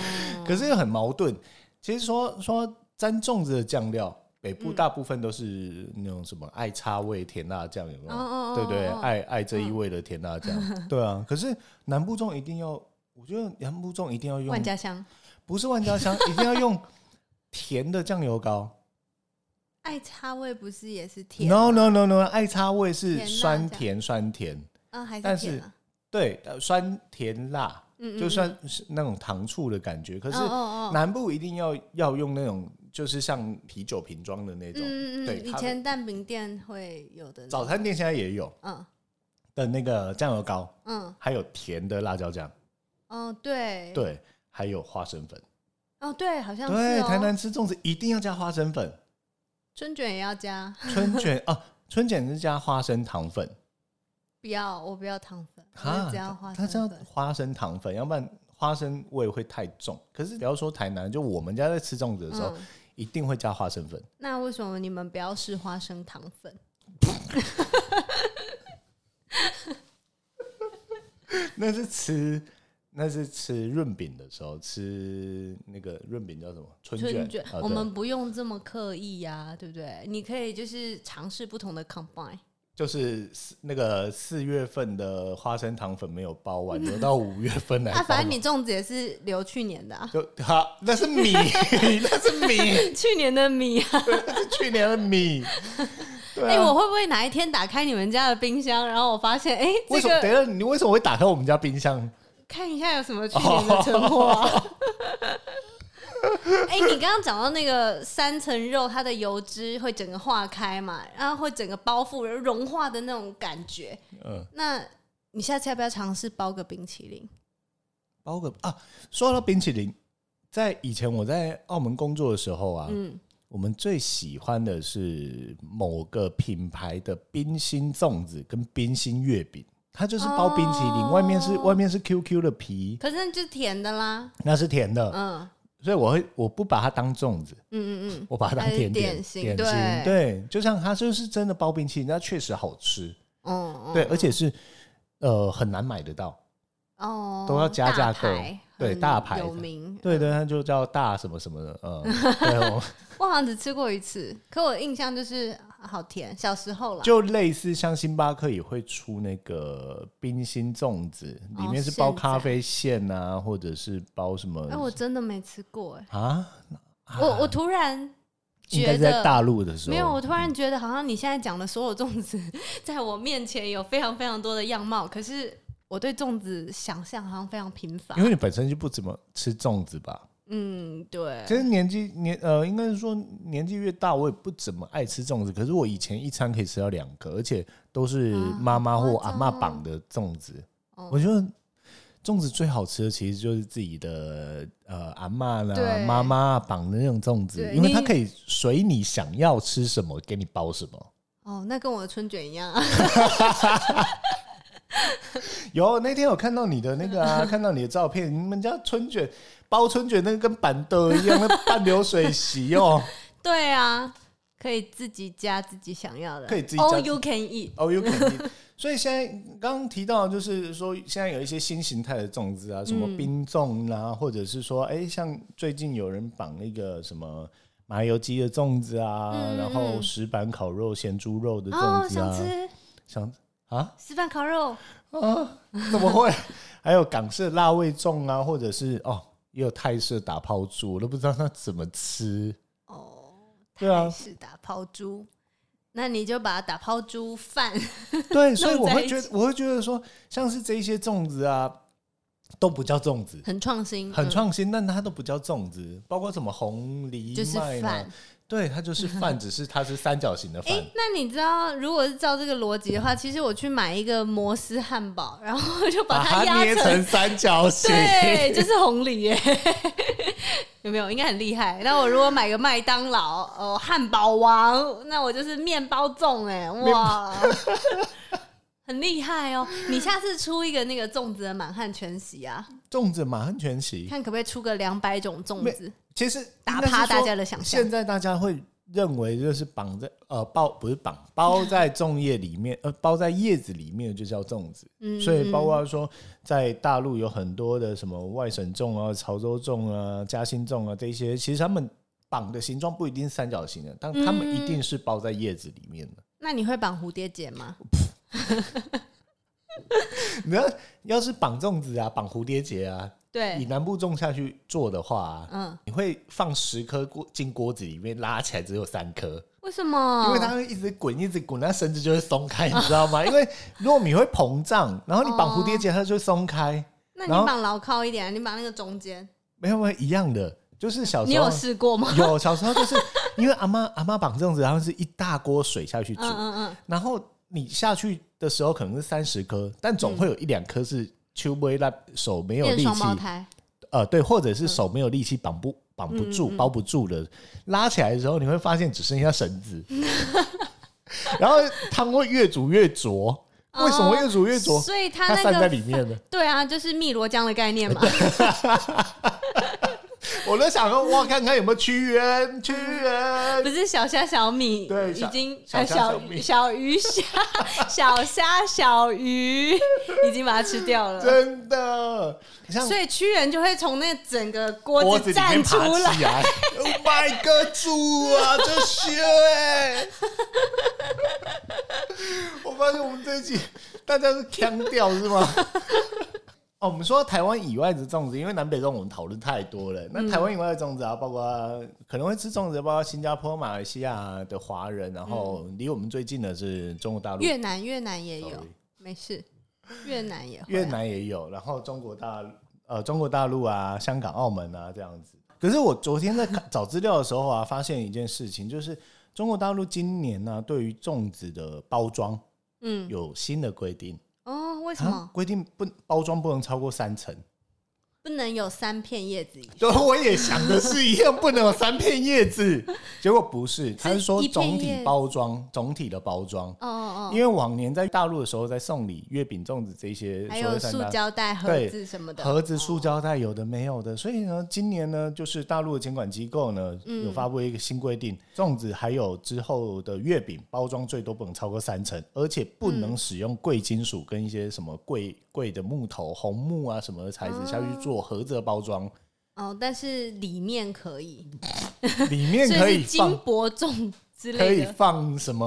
Speaker 1: 可是又很矛盾。其实说说沾粽子的酱料，北部大部分都是那种什么爱插味甜辣酱，有没有？
Speaker 2: 哦
Speaker 1: 对不对？
Speaker 2: 哦嗯
Speaker 1: 爱爱这一味的甜辣酱，对啊。可是南部粽一定要，我觉得南部粽一定要用
Speaker 2: 万家香
Speaker 1: 不是万家香，一定要用甜的酱油膏。
Speaker 2: 爱插味不是也是甜？
Speaker 1: No no no no，爱插味
Speaker 2: 甜
Speaker 1: 是
Speaker 2: 辣
Speaker 1: 酸
Speaker 2: 酱
Speaker 1: 甜酸甜，
Speaker 2: 嗯，还
Speaker 1: 但
Speaker 2: 是
Speaker 1: 是
Speaker 2: 甜啊。
Speaker 1: 对，呃酸甜辣，
Speaker 2: 嗯嗯
Speaker 1: 就
Speaker 2: 嗯
Speaker 1: 算是那种糖醋的感觉。可是
Speaker 2: 哦哦哦，
Speaker 1: 南部一定要要用那种，就是像啤酒瓶装的那种，
Speaker 2: 嗯嗯
Speaker 1: 对
Speaker 2: 嗯，以
Speaker 1: 它的
Speaker 2: 前蛋饼店会有的那
Speaker 1: 早
Speaker 2: 种，
Speaker 1: 餐店现在也有
Speaker 2: 嗯
Speaker 1: 的那个酱油膏，
Speaker 2: 嗯
Speaker 1: 还有甜的辣椒酱，
Speaker 2: 哦，对，
Speaker 1: 对，还有花生粉。
Speaker 2: 哦对，好像是
Speaker 1: 对，
Speaker 2: 哦
Speaker 1: 台南吃粽子一定要加花生粉，
Speaker 2: 春卷也要加，
Speaker 1: 春卷 (laughs) 啊，春卷是加花生糖粉。
Speaker 2: 不要我不要糖粉，我
Speaker 1: 啊，
Speaker 2: 只要花
Speaker 1: 它
Speaker 2: 生
Speaker 1: 这样
Speaker 2: 粉。
Speaker 1: 花生糖粉，要不然花生味会太重。可是不要说台南，就我们家在吃粽子的时候，
Speaker 2: 嗯，
Speaker 1: 一定会加花生粉。
Speaker 2: 那为什么你们不要试花生糖粉？
Speaker 1: 那是吃那是吃润饼的时候，吃那个润饼叫什么春卷？
Speaker 2: 春卷
Speaker 1: 啊，对
Speaker 2: 我们不用这么刻意呀、对不对？你可以就是尝试不同的 combine。
Speaker 1: 就是四那个四月份的花生糖粉没有包完，留到五月份来包
Speaker 2: (laughs) 啊，
Speaker 1: 嘛。
Speaker 2: 反正你粽子也是留去年的啊， (laughs)
Speaker 1: 就好、那是米， (laughs) 那是米， (laughs)
Speaker 2: 去年的米啊。
Speaker 1: 那是去年的米。对
Speaker 2: 哎、
Speaker 1: 啊，
Speaker 2: 我会不会哪一天打开你们家的冰箱，然后我发现，哎、
Speaker 1: 为
Speaker 2: 这
Speaker 1: 什么？
Speaker 2: 个
Speaker 1: 等一下，你为什么会打开我们家冰箱？
Speaker 2: 看一下有什么去年的存货啊？
Speaker 1: 哦
Speaker 2: (laughs) 哎、你刚刚讲到那个三层肉，它的油脂会整个化开嘛，然后会整个包覆融化的那种感觉。
Speaker 1: 嗯。
Speaker 2: 那你下次要不要尝试包个冰淇淋？
Speaker 1: 包个啊，说到冰淇淋，在以前我在澳门工作的时候啊，
Speaker 2: 嗯，
Speaker 1: 我们最喜欢的是某个品牌的冰心粽子跟冰心月饼，它就是包冰淇淋，
Speaker 2: 哦
Speaker 1: 外面是外面是 QQ 的皮，
Speaker 2: 可是那就是甜的啦。
Speaker 1: 那是甜的，
Speaker 2: 嗯
Speaker 1: 所以我会我不把它当粽子，
Speaker 2: 嗯嗯嗯，
Speaker 1: 我把它当
Speaker 2: 它是
Speaker 1: 甜点
Speaker 2: 点心
Speaker 1: 点心，对，就像它就是真的包冰淇淋，那确实好吃，
Speaker 2: 哦、嗯，
Speaker 1: 对，而且是呃很难买得到。
Speaker 2: 哦
Speaker 1: 都要加价
Speaker 2: 大
Speaker 1: 购
Speaker 2: 牌
Speaker 1: 对
Speaker 2: 很
Speaker 1: 大牌
Speaker 2: 有
Speaker 1: 的
Speaker 2: 名。
Speaker 1: 对对，它就叫大什么什么的，嗯，对，我
Speaker 2: 我好像只吃过一次，可我印象就是好甜，小时候啦。
Speaker 1: 就类似像星巴克也会出那个冰心粽子，
Speaker 2: 哦
Speaker 1: 里面是包咖啡馅啊，或者是包什么
Speaker 2: 哎、我真的没吃过哎、
Speaker 1: 啊？
Speaker 2: 我我突然
Speaker 1: 应该
Speaker 2: 觉
Speaker 1: 是在
Speaker 2: 得
Speaker 1: 大陆的时候
Speaker 2: 没有，我突
Speaker 1: 嗯
Speaker 2: 然觉得好像你现在讲的所有粽子， (laughs) 在我面前有非常非常多的样貌，可是我对粽子想象好像非常贫乏
Speaker 1: 因。为你本身就不怎么吃粽子吧？
Speaker 2: 嗯，对
Speaker 1: 其，实年纪年呃，应该是说年纪越大，我也不怎么爱吃粽子。可是我以前一餐可以吃到两个，而且都是
Speaker 2: 啊
Speaker 1: 妈妈或阿
Speaker 2: 好夸张
Speaker 1: 嬷
Speaker 2: 哦
Speaker 1: 绑的粽子。
Speaker 2: 哦
Speaker 1: 我觉得粽子最好吃的其实就是自己的呃阿嬷啦、
Speaker 2: 对
Speaker 1: 妈妈啊绑的那种粽子，
Speaker 2: 对
Speaker 1: 因为它
Speaker 2: 你
Speaker 1: 可以随你想要吃什么给你包什么。
Speaker 2: 哦，那跟我的春卷一样啊。 (laughs)
Speaker 1: 有那天有看到你的那个
Speaker 2: (laughs)
Speaker 1: 啊，看到你的照片，你们家春卷包春卷那个跟板凳一样，那半流水席哦。
Speaker 2: 对啊，可以自己加自己想要的，
Speaker 1: 可以自己加
Speaker 2: all you can eat。
Speaker 1: 哦，有肯定。 (laughs) 所以现在刚刚提到，就是说现在有一些新形态的粽子啊，什
Speaker 2: 嗯
Speaker 1: 么冰粽啦、或者是说，哎、像最近有人绑那个什么麻油鸡的粽子啊，
Speaker 2: 嗯
Speaker 1: 然后石板烤肉、咸猪肉的
Speaker 2: 哦
Speaker 1: 粽，子啊，
Speaker 2: 想吃
Speaker 1: 想啊
Speaker 2: 示范烤肉，
Speaker 1: 啊，怎么会？还有港式辣味粽啊，或者是哦，也有泰式打抛猪，我都不知道它怎么吃。
Speaker 2: 哦，
Speaker 1: 对啊
Speaker 2: 泰式打抛猪，那你就把打抛猪饭，
Speaker 1: 对，所以
Speaker 2: 弄
Speaker 1: 我
Speaker 2: 在
Speaker 1: 会
Speaker 2: 一
Speaker 1: 觉得，我会觉得说，像是这一些粽子啊，都不叫粽子。
Speaker 2: 很创新，
Speaker 1: 很
Speaker 2: 嗯，
Speaker 1: 创新，但它都不叫粽子，包括什么红藜
Speaker 2: 嗯就是
Speaker 1: 麦啦
Speaker 2: 饭。
Speaker 1: 对，它就是饭，只是它是三角形的
Speaker 2: 哎、
Speaker 1: 饭。
Speaker 2: 那你知道，如果是照这个逻辑的话，其实我去买一个摩斯汉堡，然后就
Speaker 1: 把
Speaker 2: 它压
Speaker 1: 捏成三角形，
Speaker 2: 对，就是红梨耶， (laughs) 有没有？应该很厉害。那我如果买个麦当劳、哦汉堡王，那我就是面包粽哎、哇，很厉害哦！你下次出一个那个粽子的满汉全席啊，
Speaker 1: (laughs) 粽子满汉全席，
Speaker 2: 看可不可以出个两百种粽子，
Speaker 1: 其实
Speaker 2: 打
Speaker 1: 应该是
Speaker 2: 趴大
Speaker 1: 说
Speaker 2: 家的想象
Speaker 1: 现在大家会认为就是绑在呃包不是绑包在粽叶里面，呃包在叶子里面就叫粽子。
Speaker 2: 嗯，
Speaker 1: 所以包括说，在大陆有很多的什么外省粽啊、潮州粽啊、嘉兴粽啊这些，其实他们绑的形状不一定是三角形的，但他们一
Speaker 2: 嗯
Speaker 1: 定是包在叶子里面的。 (laughs)
Speaker 2: 那你会绑蝴蝶结吗？
Speaker 1: 你要要是绑粽子啊、绑蝴蝶结啊，以
Speaker 2: 对，
Speaker 1: 南部粽下去做的话、啊，
Speaker 2: 嗯，
Speaker 1: 你会放十颗锅进锅子里面，拉起来只有三颗，
Speaker 2: 为什么？
Speaker 1: 因为它会一直滚，一直滚，那绳子就会松开，你知道吗？因为糯米会膨胀，然后你绑蝴蝶
Speaker 2: 哦
Speaker 1: 结，它就会松开。
Speaker 2: 那你
Speaker 1: 然后
Speaker 2: 绑牢靠一点，你绑那个中间，
Speaker 1: 没有没有一样的，就是小
Speaker 2: 你
Speaker 1: 时候
Speaker 2: 有试过吗？
Speaker 1: (laughs) 有小时候就是因为阿妈阿妈绑粽子，然后是一大锅水下去煮，
Speaker 2: 嗯嗯嗯，
Speaker 1: 然后你下去的时候可能是三十颗，但总会有一两颗是秋微那手没有
Speaker 2: 嗯变
Speaker 1: 力
Speaker 2: 双
Speaker 1: 气，
Speaker 2: 胞胎，嗯
Speaker 1: 呃，对，或者是手没有力气绑不绑不住、包不住的，拉起来的时候你会发现只剩下绳子， (laughs) 然后汤会越煮越浊，为什么会越煮越浊？
Speaker 2: 所以哦它
Speaker 1: 它
Speaker 2: 那
Speaker 1: 散在
Speaker 2: 个
Speaker 1: 里面
Speaker 2: (laughs)
Speaker 1: 了，
Speaker 2: 对啊，就是汨罗江的概念 (laughs) 嘛。
Speaker 1: 我都想说，哇，看看有没有屈原，屈原
Speaker 2: 不是小虾小米，
Speaker 1: 对
Speaker 2: 已
Speaker 1: 小
Speaker 2: 经
Speaker 1: 小
Speaker 2: 呃
Speaker 1: 虾
Speaker 2: 小
Speaker 1: 小米
Speaker 2: 小鱼虾 (laughs) 小虾小鱼已经把它吃掉 (laughs) 了，
Speaker 1: 真的，像
Speaker 2: 所以屈原就会从那整个锅
Speaker 1: 锅
Speaker 2: 子
Speaker 1: 子里
Speaker 2: 站
Speaker 1: 面
Speaker 2: 出
Speaker 1: 爬
Speaker 2: 来。
Speaker 1: 起 (laughs) 来，买个猪啊，这些哎！我发现我们这一集大家是腔调是吗？ (laughs) 哦，我们说台湾以外的粽子，因为南北粽我们讨论太多了。
Speaker 2: 嗯
Speaker 1: 那台湾以外的粽子啊，包括可能会吃粽子，包括新加坡、马来西亚的华人，然后离我们最近的是中国大陆、
Speaker 2: 嗯越南越南也有
Speaker 1: Sorry，
Speaker 2: 没事，越南也会啊
Speaker 1: 越南也有，然后中国大陆呃中国大陆啊、香港、澳门啊这样子。可是我昨天在看找资料的时候啊，发现一件事情，就是中国大陆今年呢、对于粽子的包装
Speaker 2: 嗯
Speaker 1: 有新的规定，
Speaker 2: 哦，为什
Speaker 1: 啊
Speaker 2: 么
Speaker 1: 规定不包装不能超过三层。
Speaker 2: 不能有三片叶子以上？
Speaker 1: 对，我也想的是一样，不能有三片叶
Speaker 2: (laughs)
Speaker 1: 子。结果不是，他是说
Speaker 2: 一片
Speaker 1: 总
Speaker 2: 叶
Speaker 1: 体
Speaker 2: 子
Speaker 1: 包装，总体的包装。
Speaker 2: 哦哦
Speaker 1: 因为往年在大陆的时候，在送礼、月饼、粽子这些，
Speaker 2: 哦，还
Speaker 1: 所
Speaker 2: 有
Speaker 1: 谓三
Speaker 2: 塑
Speaker 1: 大
Speaker 2: 胶袋盒
Speaker 1: 对
Speaker 2: 子什么的，哦
Speaker 1: 盒子、塑胶袋有的没有的，所以呢，今年呢，就是大陆的监管机构呢
Speaker 2: 嗯
Speaker 1: 有发布一个新规定，粽子还有之后的月饼包装最多不能超过三层，而且不能使用贵金属跟一些什么
Speaker 2: 嗯
Speaker 1: 贵贵的木头、红木啊什么的材质下去做盒子的包装，
Speaker 2: 哦，但是里面可以，
Speaker 1: 里面
Speaker 2: 所
Speaker 1: 可
Speaker 2: 以
Speaker 1: 以
Speaker 2: 是金
Speaker 1: 放。
Speaker 2: 箔粽之
Speaker 1: 可
Speaker 2: 类
Speaker 1: 以
Speaker 2: 的。
Speaker 1: 放什么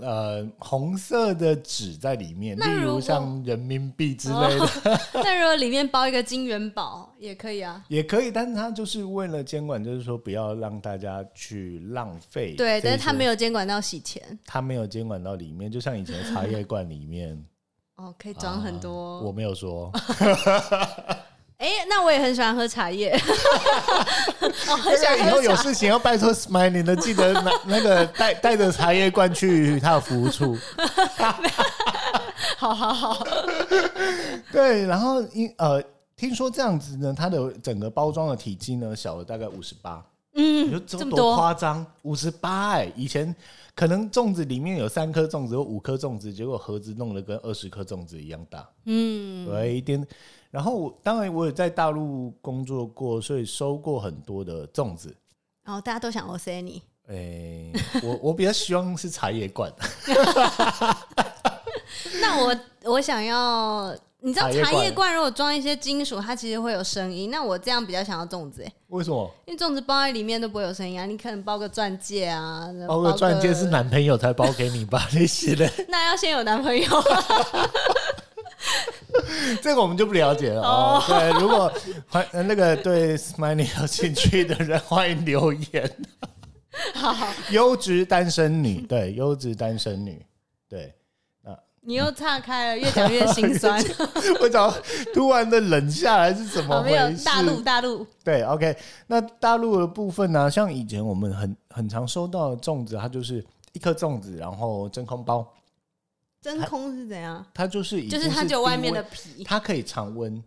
Speaker 1: 呃红色的纸在里面，
Speaker 2: 那
Speaker 1: 例
Speaker 2: 如果
Speaker 1: 如像人民币之类的，
Speaker 2: 那如果里面包一个金元宝也可以
Speaker 1: (laughs)
Speaker 2: 啊。
Speaker 1: 也可以，但是他就是为了监管，就是说不要让大家去浪费。
Speaker 2: 对，但是他没
Speaker 1: 有，
Speaker 2: 有监管到洗钱
Speaker 1: 他没有监管到里面，就像以前茶叶罐里面
Speaker 2: 哦，可以装很
Speaker 1: 啊
Speaker 2: 多。
Speaker 1: 我没有
Speaker 2: (laughs)
Speaker 1: 说，
Speaker 2: 哎、那我也很喜欢喝茶
Speaker 1: (laughs)
Speaker 2: 叶，我很喜欢
Speaker 1: 以后
Speaker 2: 喝
Speaker 1: 有
Speaker 2: 茶。
Speaker 1: 事情要拜托 Smiling 的，记得拿那个带带着茶叶罐去他的服务处。
Speaker 2: 好好好， (laughs)
Speaker 1: 对，然后因呃，听说这样子呢，它的整个包装的体积呢，小了大概五十八。你说
Speaker 2: 嗯，这
Speaker 1: 这
Speaker 2: 么
Speaker 1: 多
Speaker 2: 多，
Speaker 1: 夸张，五十八哎！以前可能粽子里面有三颗粽子或五颗粽子，结果盒子弄得跟二十颗粽子一样大，
Speaker 2: 嗯，
Speaker 1: 对，一点。然后我当然我也在大陆工作过，所以收过很多的粽子。
Speaker 2: 然哦后大家都想 O C 你， (laughs)
Speaker 1: 诶、我我比较希望是茶叶罐，
Speaker 2: 那我我想要，你知道
Speaker 1: 茶叶
Speaker 2: 茶
Speaker 1: 罐
Speaker 2: 叶罐如果装一些金属，它其实会有声音。那我这样比较想要粽子、哎，
Speaker 1: 为什么？
Speaker 2: 因为粽子包在里面都不会有声音啊。你可能包个钻戒啊，
Speaker 1: 包个钻戒是男朋友才包给你吧？那些的，
Speaker 2: (laughs) 那要先有男朋友，
Speaker 1: (laughs) 这个我们就不了解了哦。对，如果欢呃那个对 Smiley 有兴趣的人，欢迎留
Speaker 2: (laughs)
Speaker 1: 言。
Speaker 2: 好，
Speaker 1: 优质单身女，对，优质单身女，对。
Speaker 2: 你又岔开了，越讲越心
Speaker 1: (laughs)
Speaker 2: 酸。
Speaker 1: 我讲突然的冷下来是怎么
Speaker 2: 好，
Speaker 1: 回
Speaker 2: 没有
Speaker 1: 事？
Speaker 2: 大陆，大陆，
Speaker 1: 对，OK。那大陆的部分呢、像以前我们很很常收到的粽子，它就是一颗粽子，然后真空包，
Speaker 2: 真空是怎样？
Speaker 1: 它就是已
Speaker 2: 就
Speaker 1: 经
Speaker 2: 是它
Speaker 1: 是
Speaker 2: 只有
Speaker 1: 低
Speaker 2: 外面
Speaker 1: 温
Speaker 2: 的皮，
Speaker 1: 它可以常温，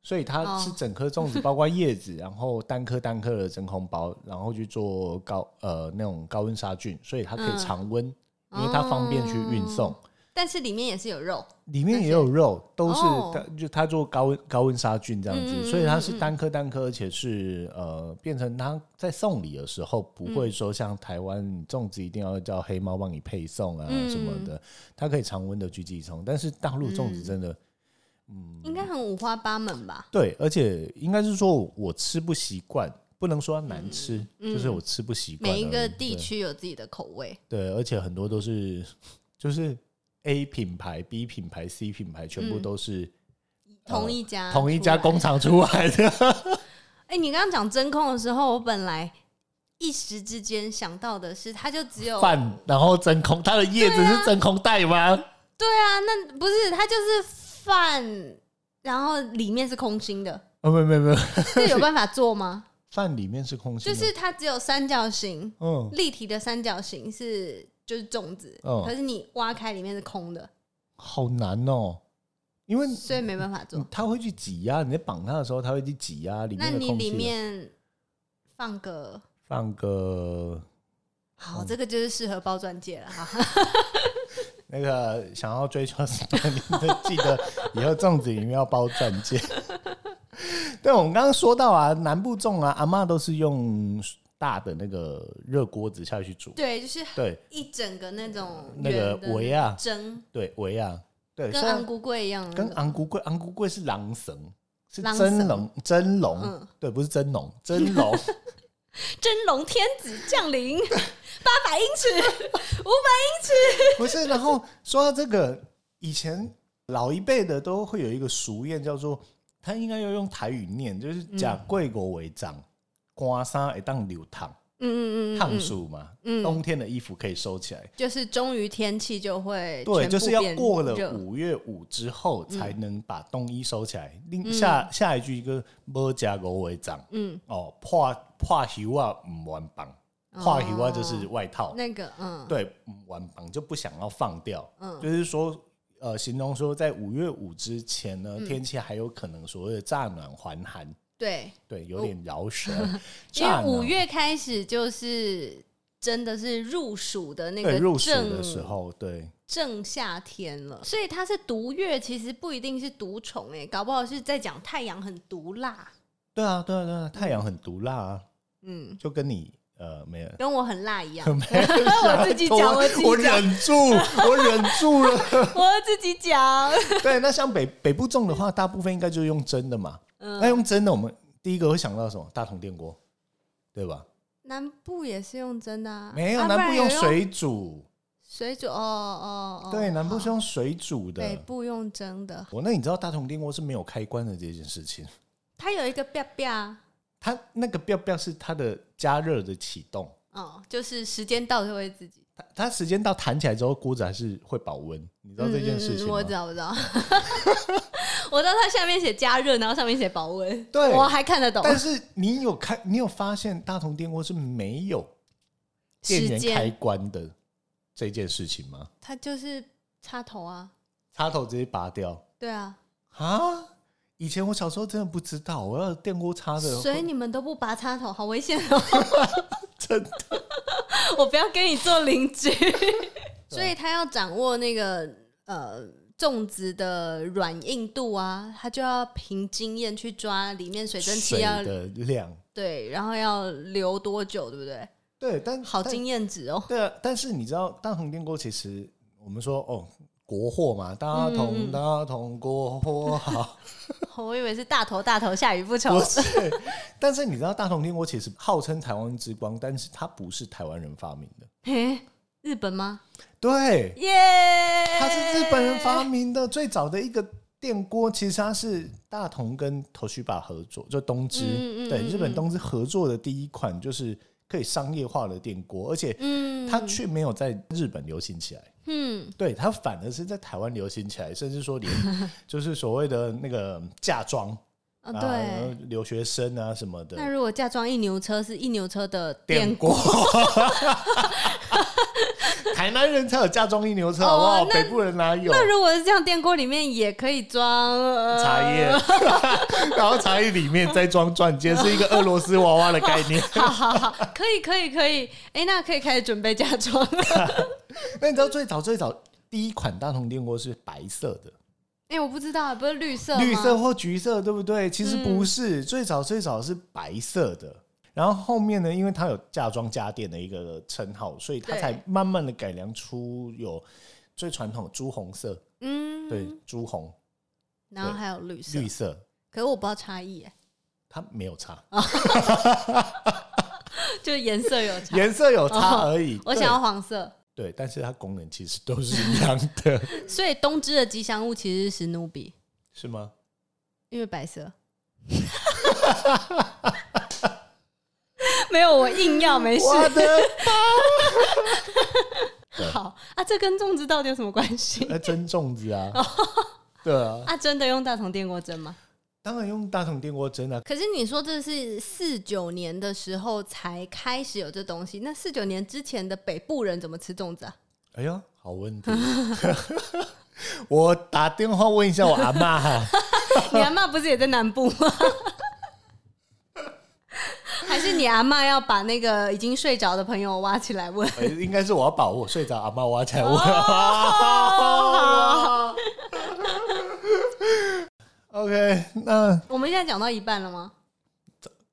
Speaker 1: 所以它
Speaker 2: 哦
Speaker 1: 是整颗
Speaker 2: (laughs)
Speaker 1: 粽子，包括叶子，然后单颗单颗的真空包，然后去做高呃那种高温杀菌，所以它可以常温，
Speaker 2: 嗯
Speaker 1: 因为它方便去运送。
Speaker 2: 哦但是里面也是有肉，
Speaker 1: 里面也有肉，都是
Speaker 2: 哦
Speaker 1: 它就它做高温高温杀菌这样
Speaker 2: 嗯嗯
Speaker 1: 子，
Speaker 2: 嗯
Speaker 1: 所以它是单颗单颗，而且是呃变成它在送礼的时候不
Speaker 2: 嗯
Speaker 1: 会说像台湾粽子一定要叫黑猫帮你配送啊
Speaker 2: 嗯
Speaker 1: 什么的，它可以常温的去寄送。但是大陆粽子真的嗯
Speaker 2: 应该很五花八门吧？
Speaker 1: 对，而且应该是说我吃不习惯，不能说它难吃，就是我吃不习惯而
Speaker 2: 嗯每
Speaker 1: 已。
Speaker 2: 一个地
Speaker 1: 对
Speaker 2: 区有自己的口味，
Speaker 1: 对，而且很多都是就是 A 品牌、B 品牌、C 品牌，全部
Speaker 2: 嗯
Speaker 1: 都是
Speaker 2: 同一家
Speaker 1: 哦同一家
Speaker 2: 出来
Speaker 1: 工厂出来的。
Speaker 2: 哎、你刚刚讲真空的时候，我本来一时之间想到的是，它就只有
Speaker 1: 饭，然后真空，它的叶子
Speaker 2: 啊
Speaker 1: 是真空袋吗？
Speaker 2: 对啊，那不是它就是饭，然后里面是空心的，
Speaker 1: 哦，没有没有没有， (laughs)
Speaker 2: 这有办法做吗？
Speaker 1: 饭里面是空心
Speaker 2: 就
Speaker 1: 的，
Speaker 2: 是它只有三角形，
Speaker 1: 嗯，
Speaker 2: 立体的三角形是就是粽子，
Speaker 1: 哦
Speaker 2: 可是你挖开里面是空的，
Speaker 1: 好难哦，因为
Speaker 2: 所以没办法做。
Speaker 1: 它会去挤压，你在绑它的时候，它会去挤压里
Speaker 2: 那
Speaker 1: 面的
Speaker 2: 你
Speaker 1: 空
Speaker 2: 里
Speaker 1: 气啊。
Speaker 2: 面放个
Speaker 1: 放个
Speaker 2: 好，
Speaker 1: 嗯
Speaker 2: 这个就是适合包钻戒了哈。
Speaker 1: (laughs) 那个想要追求什么，你就记得以后粽子里面要包钻戒。 (laughs) 对，我们刚刚说到啊，南部粽啊，阿嬷都是用大的那个热锅子下去煮，
Speaker 2: 对，就是
Speaker 1: 对
Speaker 2: 一整个那种
Speaker 1: 那个
Speaker 2: 圆的
Speaker 1: 围啊
Speaker 2: 蒸，
Speaker 1: 对，围啊，对，
Speaker 2: 跟
Speaker 1: 虽然
Speaker 2: 安菇桂一样的那
Speaker 1: 跟
Speaker 2: 种，
Speaker 1: 昂古贵，昂古贵是狼神，是
Speaker 2: 狼
Speaker 1: 真
Speaker 2: 神
Speaker 1: 龙，真龙，
Speaker 2: 嗯
Speaker 1: 对，不是真龙，真
Speaker 2: (laughs)
Speaker 1: 龙，
Speaker 2: 真龙天子降
Speaker 1: (laughs)
Speaker 2: 临，八百英尺，五百
Speaker 1: 不是。然后说到这个，以前老一辈的都会有一个俗谚，叫做他应该要用台语念，就是讲贵国为长，刮沙一当流淌，
Speaker 2: 嗯嗯嗯，
Speaker 1: 烫暑嘛，
Speaker 2: 嗯
Speaker 1: 冬天的衣服可以收起来。
Speaker 2: 就是终于天气就会
Speaker 1: 对，
Speaker 2: 全部
Speaker 1: 就是要
Speaker 2: 变
Speaker 1: 过了
Speaker 2: 热
Speaker 1: 五月五之后，才能把冬衣收起来。另下下一句一个没加国为长，
Speaker 2: 嗯，
Speaker 1: 哦，破破袖啊，唔玩绑，
Speaker 2: 哦
Speaker 1: 破袖啊就是外套，
Speaker 2: 那个嗯，
Speaker 1: 对，唔玩绑就不想要放掉，
Speaker 2: 嗯
Speaker 1: 就是说，呃，形容说在五月五之前呢，
Speaker 2: 嗯
Speaker 1: 天气还有可能所谓的乍暖还寒，
Speaker 2: 对，
Speaker 1: 对，有点饶舌，
Speaker 2: 哦因
Speaker 1: (laughs) 乍
Speaker 2: 为五
Speaker 1: 暖
Speaker 2: 月开始就是真的是入暑的那
Speaker 1: 对
Speaker 2: 个
Speaker 1: 入暑
Speaker 2: 正
Speaker 1: 的时候，对，
Speaker 2: 正夏天了，所以它是毒月，其实不一定是毒虫哎、搞不好是在讲太阳很毒辣，
Speaker 1: 对啊，对啊，对啊，太阳很毒辣啊，
Speaker 2: 嗯，
Speaker 1: 就跟你呃没有。
Speaker 2: 跟我很辣
Speaker 1: (laughs)
Speaker 2: 一样，
Speaker 1: 没有
Speaker 2: (laughs) 我自己讲
Speaker 1: 我
Speaker 2: 我自己
Speaker 1: 我
Speaker 2: 讲
Speaker 1: 忍住，我忍住了。
Speaker 2: 我要自己讲，
Speaker 1: 对，那像北北部粽的话，大部分应该就是用蒸的嘛。
Speaker 2: 嗯
Speaker 1: 那用蒸的，我们第一个会想到什么？大同电锅，对吧？
Speaker 2: 南部也是用真的、啊，
Speaker 1: 没有，
Speaker 2: 啊
Speaker 1: 南
Speaker 2: 不
Speaker 1: 部
Speaker 2: 然
Speaker 1: 用
Speaker 2: 有
Speaker 1: 水煮。
Speaker 2: 水煮哦哦哦，
Speaker 1: 对，南部是
Speaker 2: 好
Speaker 1: 用水煮
Speaker 2: 北
Speaker 1: 的。
Speaker 2: 部用蒸的，
Speaker 1: 我那你知道大同电锅是没有开关的这件事情？
Speaker 2: 它有一个 biu biu，
Speaker 1: 它那个标标是它的加热的启动，
Speaker 2: 哦，就是时间到就会自己
Speaker 1: 它它时间到弹起来之后，锅子还是会保温。你知道这件事情
Speaker 2: 嗯嗯嗯
Speaker 1: 吗
Speaker 2: 我？知道，我知 (laughs) 道。我知道它下面写加热，然后上面写保温，
Speaker 1: 对
Speaker 2: 我还看得懂。
Speaker 1: 但是你有开，你有发现大同电锅是没有电
Speaker 2: 时
Speaker 1: 源
Speaker 2: 间
Speaker 1: 开关的这件事情吗？
Speaker 2: 它就是插头啊，
Speaker 1: 插头直接拔掉。
Speaker 2: 对啊，
Speaker 1: 啊！以前我小时候真的不知道，我要电锅插的，
Speaker 2: 所以你们都不拔插头，好危险哦！
Speaker 1: (laughs) 真的啊
Speaker 2: 我不要跟你做邻
Speaker 1: (laughs)
Speaker 2: 居。所以他要掌握那个呃粽子的软硬度啊，他就要凭经验去抓里面水蒸气
Speaker 1: 水
Speaker 2: 要
Speaker 1: 的量，
Speaker 2: 对，然后要留多久，对不对？
Speaker 1: 对，但
Speaker 2: 好
Speaker 1: 但
Speaker 2: 经验值哦。
Speaker 1: 对啊，但是你知道，大同电锅其实我们说哦，国货嘛，大同、
Speaker 2: 嗯嗯
Speaker 1: 大同国货
Speaker 2: (laughs)
Speaker 1: 好，
Speaker 2: 我以为是大头大头下雨不愁
Speaker 1: 不，是。但是你知道，大同电锅其实号称台湾之光，但是它不是台湾人发明
Speaker 2: (laughs)
Speaker 1: 的，
Speaker 2: (laughs) 嘿，日本吗？
Speaker 1: 对，
Speaker 2: 耶、
Speaker 1: 它是日本人发明的最早的一个电锅，其实它是大同跟 Toshiba 合作，就东芝、
Speaker 2: 嗯嗯嗯
Speaker 1: 对
Speaker 2: 嗯
Speaker 1: 日本东芝合作的第一款就是可以商业化的电锅，而且
Speaker 2: 嗯，
Speaker 1: 它却没有在日本流行起来，
Speaker 2: 嗯，
Speaker 1: 对它反而是在台湾流行起来，甚至说
Speaker 2: (laughs)
Speaker 1: 连就是所谓的那个嫁妆啊，
Speaker 2: 哦
Speaker 1: 然后
Speaker 2: 对。
Speaker 1: 留学生啊什么的
Speaker 2: 那如果嫁妆一牛车是一牛车的
Speaker 1: 电
Speaker 2: 电
Speaker 1: 锅，台南人才有嫁妆一牛车，好不好？
Speaker 2: 哦那
Speaker 1: 北部人哪有？
Speaker 2: 那如果是这样，电锅里面也可以装、呃、
Speaker 1: 茶叶，然后茶叶里面再装钻戒，是一个俄罗斯娃娃的概
Speaker 2: (laughs)
Speaker 1: 念。
Speaker 2: (laughs) 好好好，可以可以可以，哎、那可以开始准备嫁妆了。 (laughs)
Speaker 1: 那你知道最早最早第一款大同电锅是白色的，
Speaker 2: 哎、我不知道，不是绿色吗嗯
Speaker 1: 绿色或橘色，对不对？其实不是，最早最早是白色的。然后后面呢，因为它有嫁妆家电的一个称号，所以它
Speaker 2: 对
Speaker 1: 才慢慢的改良出有最传统的朱红色，
Speaker 2: 嗯，
Speaker 1: 对，朱红、
Speaker 2: 然后还有绿色，
Speaker 1: 绿色，
Speaker 2: 可是我不知道差异、哎
Speaker 1: 它没有差，
Speaker 2: (laughs) 哦就是颜色有差。
Speaker 1: 颜色有差而已。
Speaker 2: 哦我想要黄色，
Speaker 1: 对对，但是它功能其实都是一样
Speaker 2: (laughs)
Speaker 1: 的，
Speaker 2: 所以东芝的吉祥物其实是史努比，
Speaker 1: 是吗？
Speaker 2: 因为白 (laughs) 色。没有，我硬要没事。
Speaker 1: 我的
Speaker 2: (laughs) 好啊，这跟粽子到底有什么关系？
Speaker 1: 呃，蒸粽子啊，对啊，
Speaker 2: (laughs) 啊，真的用大同电锅蒸吗？
Speaker 1: 当然用大桶电锅蒸啊。
Speaker 2: 可是你说这是四九年的时候才开始有这东西，那四九年之前的北部人怎么吃粽子啊？
Speaker 1: 哎呀，好问题， (laughs) 我打电话问一下我阿妈 (laughs) 哈。
Speaker 2: (laughs) 你阿妈不是也在南部吗？ (laughs) 还是你阿妈要把那个已经睡着的朋友挖起来问？
Speaker 1: 呃应该是我要把我睡着阿妈挖起来问。OK，那
Speaker 2: 我们现在讲到一半了吗？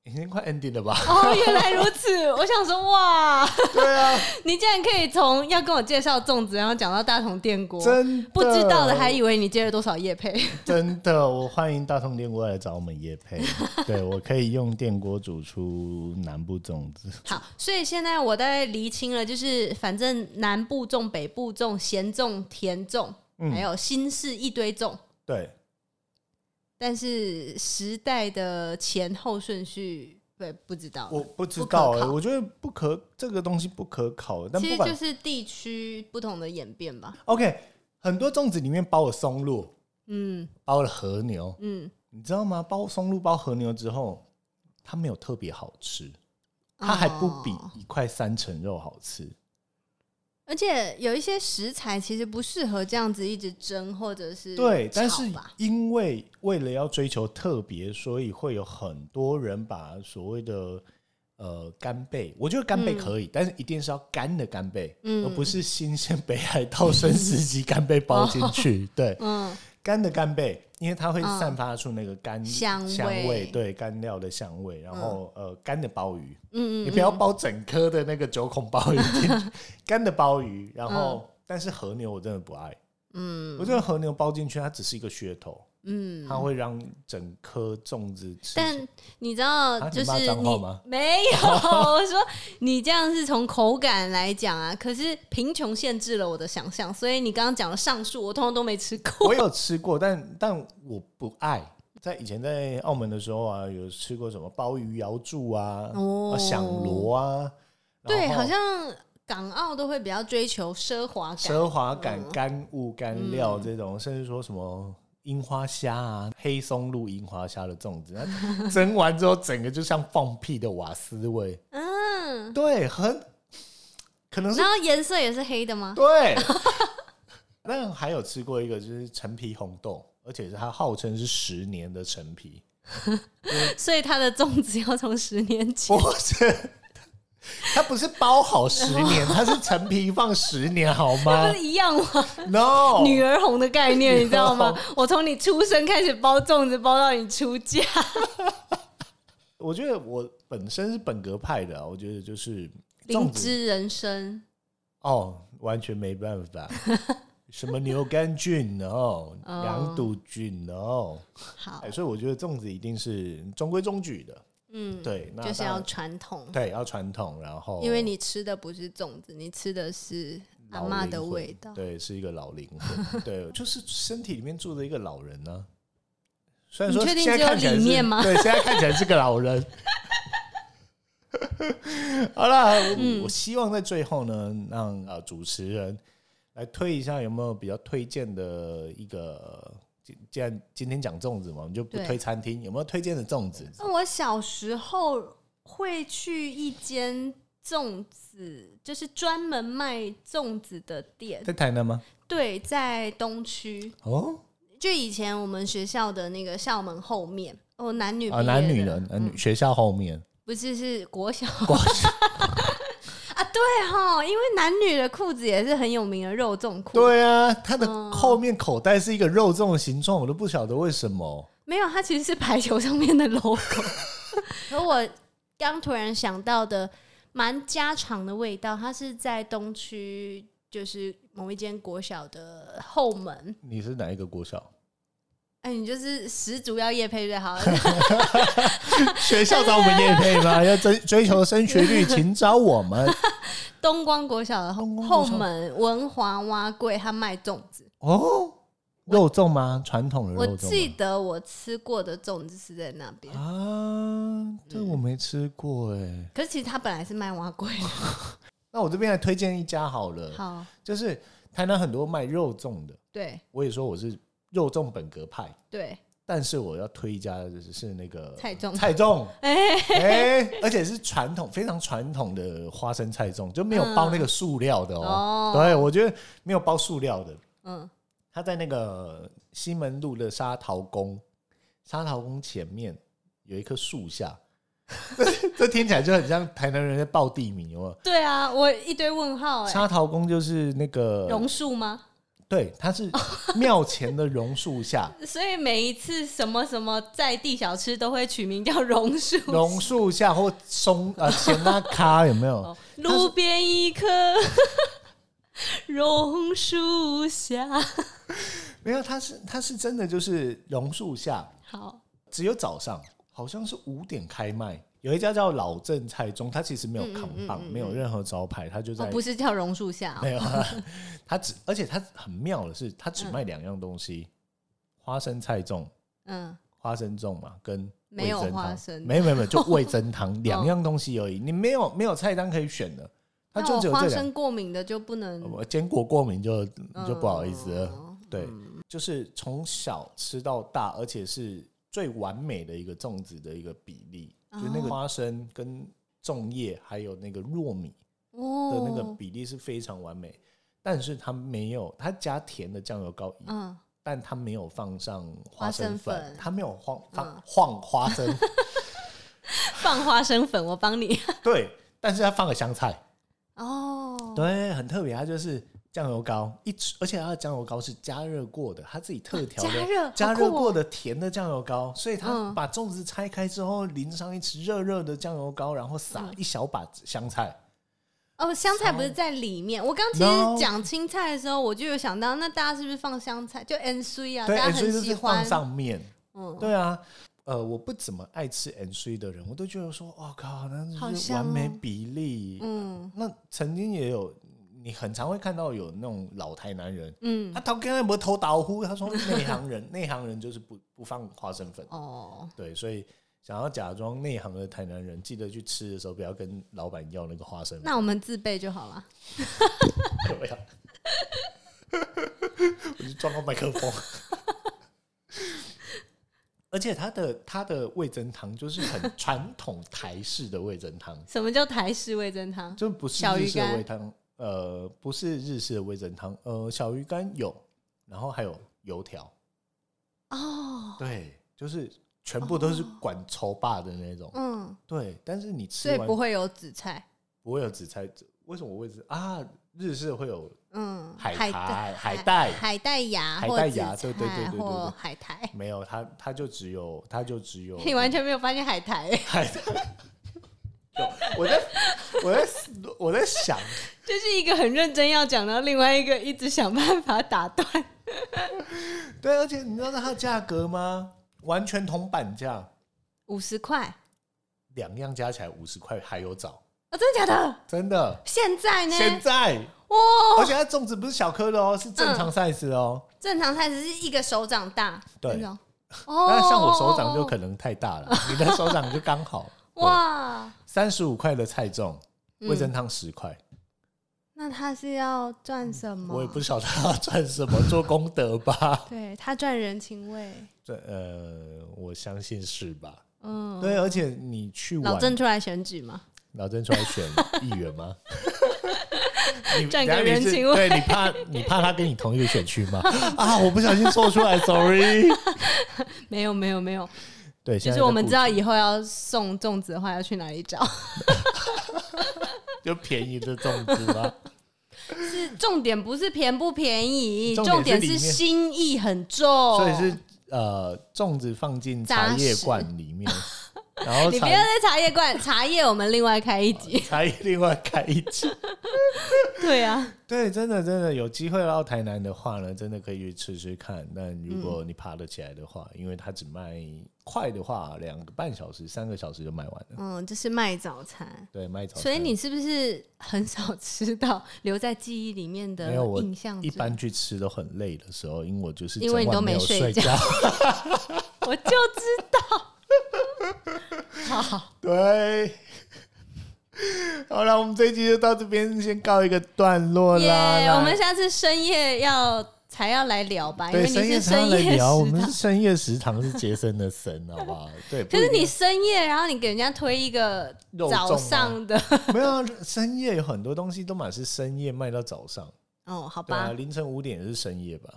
Speaker 1: 已经快 ending 了吧？
Speaker 2: 哦，原来如此！我想说，哇，
Speaker 1: 对啊，
Speaker 2: 你竟然可以从要跟我介绍粽子，然后讲到大同电锅，
Speaker 1: 真的
Speaker 2: 不知道的还以为你接了多少叶配。 (laughs)
Speaker 1: 真的，我欢迎大通电锅来找我们叶 (laughs) 配。对我可以用电锅煮出南部粽子。
Speaker 2: 好，所以现在我大概厘清了，就是反正南部粽、北部粽、咸粽、甜粽，
Speaker 1: 嗯
Speaker 2: 还有新式一堆粽，
Speaker 1: 对，
Speaker 2: 但是时代的前后顺序，对，不知道了。
Speaker 1: 我不知道、
Speaker 2: 不可
Speaker 1: 欸，
Speaker 2: 靠
Speaker 1: 我觉得不可这个东西不可考，但
Speaker 2: 其
Speaker 1: 不
Speaker 2: 实
Speaker 1: 管
Speaker 2: 就是地区不同的演变吧。
Speaker 1: OK，很多粽子里面包了松露，
Speaker 2: 嗯
Speaker 1: 包了和牛，
Speaker 2: 嗯，
Speaker 1: 你知道吗？包松露、包和牛之后，它没有特别好吃，它还不比
Speaker 2: 哦
Speaker 1: 一块三层肉好吃。
Speaker 2: 而且有一些食材其实不适合这样子一直蒸或者是
Speaker 1: 对，但
Speaker 2: 炒
Speaker 1: 是
Speaker 2: 吧
Speaker 1: 因为为了要追求特别，所以会有很多人把所谓的呃干贝，我觉得干贝可以，但是一定是要干的干贝，
Speaker 2: 嗯
Speaker 1: 而不是新鲜北海道 (laughs) 生食级干贝包进去。对，
Speaker 2: 嗯
Speaker 1: 干的干贝，因为它会
Speaker 2: 嗯
Speaker 1: 散发出那个干、
Speaker 2: 香
Speaker 1: 香
Speaker 2: 味
Speaker 1: 对干料的香味，然后、呃干的鲍鱼，
Speaker 2: 嗯
Speaker 1: 你
Speaker 2: 嗯
Speaker 1: 不要包整颗的那个九孔鲍鱼进去，干的鲍鱼，然后、但是和牛我真的不爱，
Speaker 2: 嗯
Speaker 1: 我觉得和牛包进去它只是一个噱头，
Speaker 2: 嗯，
Speaker 1: 它会让整颗粽子吃起。
Speaker 2: 但你知道
Speaker 1: 啊
Speaker 2: 就
Speaker 1: 你骂
Speaker 2: 是
Speaker 1: 脏话吗
Speaker 2: 没有，我说你这样是从口感来讲啊，可是贫穷限制了我的想象，所以你刚刚讲的上述我通通都没吃
Speaker 1: (laughs)
Speaker 2: 过。
Speaker 1: 我有吃过，但但我不爱。在以前在澳门的时候啊，有吃过什么鲍鱼瑶柱啊、啊
Speaker 2: 哦
Speaker 1: 响螺啊，然
Speaker 2: 对，
Speaker 1: 后
Speaker 2: 好像港澳都会比较追求奢华感。
Speaker 1: 奢华感、干物、干料这
Speaker 2: 嗯
Speaker 1: 种，甚至说什么樱花虾啊、黑松露樱花虾的粽子，那 (laughs) 蒸完之后整个就像放屁的瓦斯味，
Speaker 2: 嗯，
Speaker 1: 对，很可能是
Speaker 2: 然后颜色也是黑的吗？
Speaker 1: 对。 (laughs) 那还有吃过一个就是陈皮红豆，而且是它号称是十年的陈
Speaker 2: (laughs)
Speaker 1: 皮，
Speaker 2: 所以它的粽子要从十年前
Speaker 1: 不是。它不是包好十年，它是陈皮放十年，好吗
Speaker 2: (laughs) 不是一样吗？
Speaker 1: ？No，
Speaker 2: 女儿红的概念，你知道吗？
Speaker 1: 哦
Speaker 2: 我从你出生开始包粽子，包到你出嫁。
Speaker 1: 我觉得我本身是本格派的啊，我觉得就是
Speaker 2: 灵
Speaker 1: 粽子
Speaker 2: 芝人生，
Speaker 1: 哦，完全没办
Speaker 2: (laughs)
Speaker 1: 法，什么牛肝菌哦，
Speaker 2: 哦
Speaker 1: 羊肚菌哦，
Speaker 2: 好
Speaker 1: 哎，，所以我觉得粽子一定是中规中矩的，
Speaker 2: 嗯，
Speaker 1: 对，那
Speaker 2: 就是
Speaker 1: 当
Speaker 2: 要
Speaker 1: 然
Speaker 2: 传统，
Speaker 1: 对要传统，然后
Speaker 2: 因为你吃的不是粽子，你吃的是阿
Speaker 1: 老
Speaker 2: 嬷
Speaker 1: 灵
Speaker 2: 的
Speaker 1: 魂
Speaker 2: 味道。
Speaker 1: 对，是一个老灵魂，对， (laughs) 就是身体里面住着一个老人呢、虽然
Speaker 2: 你
Speaker 1: 说
Speaker 2: 确定
Speaker 1: 现在
Speaker 2: 只有
Speaker 1: 看起来
Speaker 2: 里
Speaker 1: 是
Speaker 2: 面吗
Speaker 1: 对，现在看起来是个老人。 (laughs) 好了，我
Speaker 2: 嗯
Speaker 1: 我希望在最后呢，让呃主持人来推一下有没有比较推荐的一个。既既然今天讲粽子嘛，我们就不
Speaker 2: 对哦
Speaker 1: 推餐厅，有没有推荐的粽子？
Speaker 2: 那我小时候会去一间粽子，就是专门卖粽子的店。
Speaker 1: 在台南吗？
Speaker 2: 对，在东区，
Speaker 1: 哦，
Speaker 2: 就以前我们学校的那个校门后面，哦，男女毕
Speaker 1: 啊，
Speaker 2: 业
Speaker 1: 男女
Speaker 2: 的嗯
Speaker 1: 的，男女学校后面，
Speaker 2: 不是是国小
Speaker 1: 哇塞
Speaker 2: (laughs) 啊，对哈，因为男女的裤子也是很有名的肉粽裤。
Speaker 1: 对啊，它的
Speaker 2: 嗯
Speaker 1: 后面口袋是一个肉粽的形状，我都不晓得为什么。
Speaker 2: 没有，它其实是排球上面的 logo。可我刚突然想到的，蛮家常的味道，它是在东区，就是某一间国小的后门。
Speaker 1: 你是哪一个国
Speaker 2: (laughs)
Speaker 1: 小？
Speaker 2: 哎、你就是十足要夜配最 (laughs) 好了。
Speaker 1: 学校找我们也可以
Speaker 2: (laughs)
Speaker 1: 吗？要追追求升学率，请找我们。
Speaker 2: 东光国小的后
Speaker 1: 东光国
Speaker 2: 后
Speaker 1: 小
Speaker 2: 门文华蛙柜，它卖粽子。
Speaker 1: 哦，肉粽吗？传统的
Speaker 2: 我
Speaker 1: 肉
Speaker 2: 记
Speaker 1: 粽吗
Speaker 2: 得我吃过的粽子是在那边，
Speaker 1: 啊，这我没吃过哎、
Speaker 2: 可是其实它本来是卖蛙柜
Speaker 1: (laughs)
Speaker 2: 的。
Speaker 1: 那我这边来推荐一家好了，
Speaker 2: 好，
Speaker 1: 就是台南很多卖肉粽的，
Speaker 2: 对
Speaker 1: 我也说我是肉粽本格派，
Speaker 2: 对，
Speaker 1: 但是我要推一家的是是那个
Speaker 2: 菜粽
Speaker 1: 呃菜
Speaker 2: (laughs)
Speaker 1: 粽，
Speaker 2: 哎、
Speaker 1: 哎、而且是传统非常传统的花生菜粽，就没有包那个塑料的哦。
Speaker 2: 哦，
Speaker 1: 对，我觉得没有包塑料的，
Speaker 2: 嗯，
Speaker 1: 它在那个西门路的沙陶宫，沙陶宫前面有一棵树下， (laughs) 这这听起来就很像台南人在报地名，有没有？
Speaker 2: 对啊，我一堆问号哎、
Speaker 1: 沙陶宫就是那个
Speaker 2: 榕树吗？
Speaker 1: 对，它是庙前的榕树
Speaker 2: (laughs)
Speaker 1: 下，
Speaker 2: 所以每一次什么什么在地小吃都会取名叫榕树，
Speaker 1: 榕树下或松呃前那咖有没有
Speaker 2: (laughs) 哦？路边一棵 (laughs) 榕树下。
Speaker 1: 没有，它是它是真的就是榕树下，
Speaker 2: 好，
Speaker 1: 只有早上，好像是五点开卖。有一家叫老郑菜中，它其实没有扛棒，
Speaker 2: 嗯
Speaker 1: 没有任何招牌，它就在、
Speaker 2: 哦，不是叫榕树下、哦，
Speaker 1: (laughs) 没有， (laughs) 它它只而且它很妙的是，它只卖两样东西：花生菜粽、
Speaker 2: 嗯，
Speaker 1: 花生粽嘛，跟
Speaker 2: 没有
Speaker 1: 味噌
Speaker 2: 花
Speaker 1: 汤
Speaker 2: 生
Speaker 1: 没有没有没有，就味增汤
Speaker 2: (laughs)
Speaker 1: 两样东西而已。你没有没有菜单可以选的，它
Speaker 2: 那
Speaker 1: 就
Speaker 2: 我
Speaker 1: 只有
Speaker 2: 哦花
Speaker 1: 这两呃
Speaker 2: 生。过敏的就不能，
Speaker 1: 我坚果过敏就就不好意思了。
Speaker 2: 嗯
Speaker 1: 对，就是从小吃到大，而且是最完美的一个粽子的一个比例，就那
Speaker 2: 哦
Speaker 1: 个花生跟粽叶还有那个糯米的
Speaker 2: 哦，
Speaker 1: 那个比例是非常完美。但是它没有，它加甜的酱油膏，
Speaker 2: 嗯，
Speaker 1: 但它没有放上花
Speaker 2: 花生
Speaker 1: 生
Speaker 2: 粉
Speaker 1: 粉，它没有晃放
Speaker 2: 嗯
Speaker 1: 晃花
Speaker 2: (laughs)
Speaker 1: 生，
Speaker 2: 放花生粉，我帮你。 (laughs)
Speaker 1: 对，但是它放了香菜，
Speaker 2: 哦，
Speaker 1: 对，很特别，它就是酱油膏一吃，而且它的酱油膏是加热过的，它自己特调的，
Speaker 2: 加热
Speaker 1: 加
Speaker 2: 好
Speaker 1: 热
Speaker 2: 酷哦
Speaker 1: 过的甜的酱油膏，所以它
Speaker 2: 嗯
Speaker 1: 把粽子拆开之后淋上一匙热热的酱油膏，然后撒
Speaker 2: 嗯
Speaker 1: 一小把香菜，
Speaker 2: 哦，香菜不是在里面。我刚其
Speaker 1: No
Speaker 2: 实讲青菜的时候，我就有想到，那大家是不是放香菜？就 N C 啊，
Speaker 1: 对，
Speaker 2: 大家
Speaker 1: 所以就
Speaker 2: 很喜
Speaker 1: 是
Speaker 2: 欢
Speaker 1: 放。上面，
Speaker 2: 嗯，
Speaker 1: 对啊。呃，我不怎么爱吃 N C 的人，我都觉得说，哇靠，那
Speaker 2: 好
Speaker 1: 就是
Speaker 2: 香
Speaker 1: 完美
Speaker 2: 哦
Speaker 1: 比例。
Speaker 2: 嗯
Speaker 1: 那曾经也有，你很常会看到有那种老台南人，
Speaker 2: 嗯，
Speaker 1: 他头刚才不投倒呼，他说内行人，内行人就是不不放花生粉，
Speaker 2: 哦，
Speaker 1: 对，所以想要假装内行的台南人，记得去吃的时候不要跟老板要那个花生粉，
Speaker 2: 那我们自备就好了。
Speaker 1: 对呀， (laughs) 我就撞到麦克风。而且它的它的味噌汤就是很传统台式的味噌汤，
Speaker 2: 什么叫台式味噌汤？
Speaker 1: 就不是
Speaker 2: 小
Speaker 1: 日
Speaker 2: 鱼
Speaker 1: 式的
Speaker 2: 干
Speaker 1: 味汤，呃，不是日式的味噌汤，呃，小鱼干有，然后还有油条，
Speaker 2: 哦，
Speaker 1: 对，就是全部都是管稠霸的那种。
Speaker 2: 嗯，
Speaker 1: 对，但是你
Speaker 2: 所
Speaker 1: 吃
Speaker 2: 以
Speaker 1: 完
Speaker 2: 不会有紫菜。
Speaker 1: 不会有紫菜，为什么我会吃啊？日式会有
Speaker 2: 嗯，
Speaker 1: 海苔
Speaker 2: 带、
Speaker 1: 海带
Speaker 2: 海带芽、
Speaker 1: 海
Speaker 2: 或
Speaker 1: 带
Speaker 2: 紫
Speaker 1: 芽对对
Speaker 2: 菜
Speaker 1: 对对对
Speaker 2: 或
Speaker 1: 对
Speaker 2: 海苔。
Speaker 1: 没有？它它就只有它就只有
Speaker 2: 你完全没有发现海苔，
Speaker 1: (laughs) 海带。有我在我在我在想，
Speaker 2: 就是一个很认真要讲，然后另外一个一直想办法打断。
Speaker 1: 对，而且你知道它的价格吗？完全铜板价，
Speaker 2: 五十块
Speaker 1: 两样加起来五十块还有找，
Speaker 2: 哦，真的假的？
Speaker 1: 真的。
Speaker 2: 现在呢？哦
Speaker 1: 现在，
Speaker 2: 哇、
Speaker 1: 而且它粽子不是小颗的哦，是正
Speaker 2: 嗯
Speaker 1: 常 size 的哦。
Speaker 2: 正常菜只是一个手掌大，
Speaker 1: 对 (laughs)
Speaker 2: 那种，哦
Speaker 1: 那像我手掌就可能太大了，你的手掌就刚好。
Speaker 2: 哦哇，
Speaker 1: 三十五块的菜粽，味噌汤十块，
Speaker 2: 那他是要赚什么？
Speaker 1: 我也不晓得他赚什么，做功德 (laughs) 吧？
Speaker 2: 对他赚人情味，
Speaker 1: 这呃，我相信是吧？
Speaker 2: 嗯，
Speaker 1: 对，而且你去
Speaker 2: 老
Speaker 1: 玩，
Speaker 2: 郑出来选举嘛，
Speaker 1: 老郑出来选议员
Speaker 2: (laughs)
Speaker 1: 吗？你等
Speaker 2: 占个
Speaker 1: 下你
Speaker 2: 人
Speaker 1: 是
Speaker 2: 情味
Speaker 1: 对你怕你怕他跟你同一个选区
Speaker 2: (laughs)
Speaker 1: 吗？啊，我不小心说出来，sorry。
Speaker 2: (laughs) 没有没有没有，
Speaker 1: 对，现
Speaker 2: 就
Speaker 1: 在
Speaker 2: 是我们
Speaker 1: 不
Speaker 2: 知道以后要送粽子的话，要去哪里找？
Speaker 1: 就便宜的粽子
Speaker 2: (laughs)
Speaker 1: 吗？
Speaker 2: 是重点不是便不便宜，
Speaker 1: 重
Speaker 2: 重
Speaker 1: 点
Speaker 2: 点
Speaker 1: 是里面
Speaker 2: 是心意很重。
Speaker 1: 所以是呃，粽子放进茶
Speaker 2: 哦扎
Speaker 1: 叶
Speaker 2: 实
Speaker 1: 罐里
Speaker 2: (laughs)
Speaker 1: 面，然后
Speaker 2: 你
Speaker 1: 茶
Speaker 2: 不要再茶叶罐，茶叶我们另外开一集。
Speaker 1: 茶叶另外开一集。
Speaker 2: (laughs) 对啊，
Speaker 1: 对，真的真的有机会到台南的话呢，真的可以去吃吃看。但如
Speaker 2: 嗯
Speaker 1: 果你爬得起来的话，因为它只卖快的话，两个半小时、三个小时就卖完了。
Speaker 2: 嗯，就是卖早餐。
Speaker 1: 对，卖早餐。
Speaker 2: 所以你是不是很少吃到留在记忆里面的
Speaker 1: 没有我
Speaker 2: 印象？
Speaker 1: 一般，去吃都很累的时候，因为我就是
Speaker 2: 因为你
Speaker 1: 整晚
Speaker 2: 都没
Speaker 1: 有
Speaker 2: 睡
Speaker 1: 睡
Speaker 2: 觉
Speaker 1: 觉。
Speaker 2: (laughs)
Speaker 1: (laughs)
Speaker 2: 我就知道。 (laughs) 好，
Speaker 1: 对，好了，我们这一集就到这边先告一个段落
Speaker 2: 耶、
Speaker 1: 啦。那
Speaker 2: 我们下次深夜要才要来聊吧，因
Speaker 1: 对
Speaker 2: 为你
Speaker 1: 深夜
Speaker 2: 是
Speaker 1: 食堂
Speaker 2: 深
Speaker 1: 来
Speaker 2: 夜食
Speaker 1: 聊，我们
Speaker 2: 堂
Speaker 1: 是。深夜食堂是杰森的神，好不好？对，
Speaker 2: (laughs) 可是
Speaker 1: 不一
Speaker 2: 你
Speaker 1: 定
Speaker 2: 深夜，然后你给人家推一个
Speaker 1: 肉粽吗啊
Speaker 2: 早上的，
Speaker 1: (laughs) 没有啊深夜有很多东西都满是深夜卖到早上，
Speaker 2: 哦，好
Speaker 1: 对
Speaker 2: 吧
Speaker 1: 啊，，凌晨五点也是深夜吧。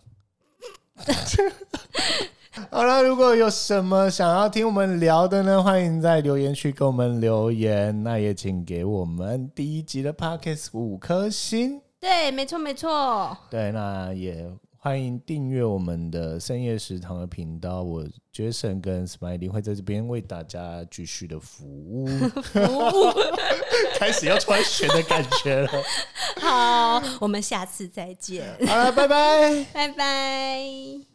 Speaker 1: 好了，如果有什么想要听我们聊的呢，欢迎在留言区给我们留言。那也请给我们第一集的 Podcast 五颗星。
Speaker 2: 对，没错没错，
Speaker 1: 对，那也欢迎订阅我们的深夜食堂的频道。我 Jason 跟 Smiley 会在这边为大家继续的服务，
Speaker 2: 服务
Speaker 1: 开始要穿选的感觉了。
Speaker 2: 好，我们下次再见，
Speaker 1: (laughs) 好了，拜拜。
Speaker 2: 拜拜。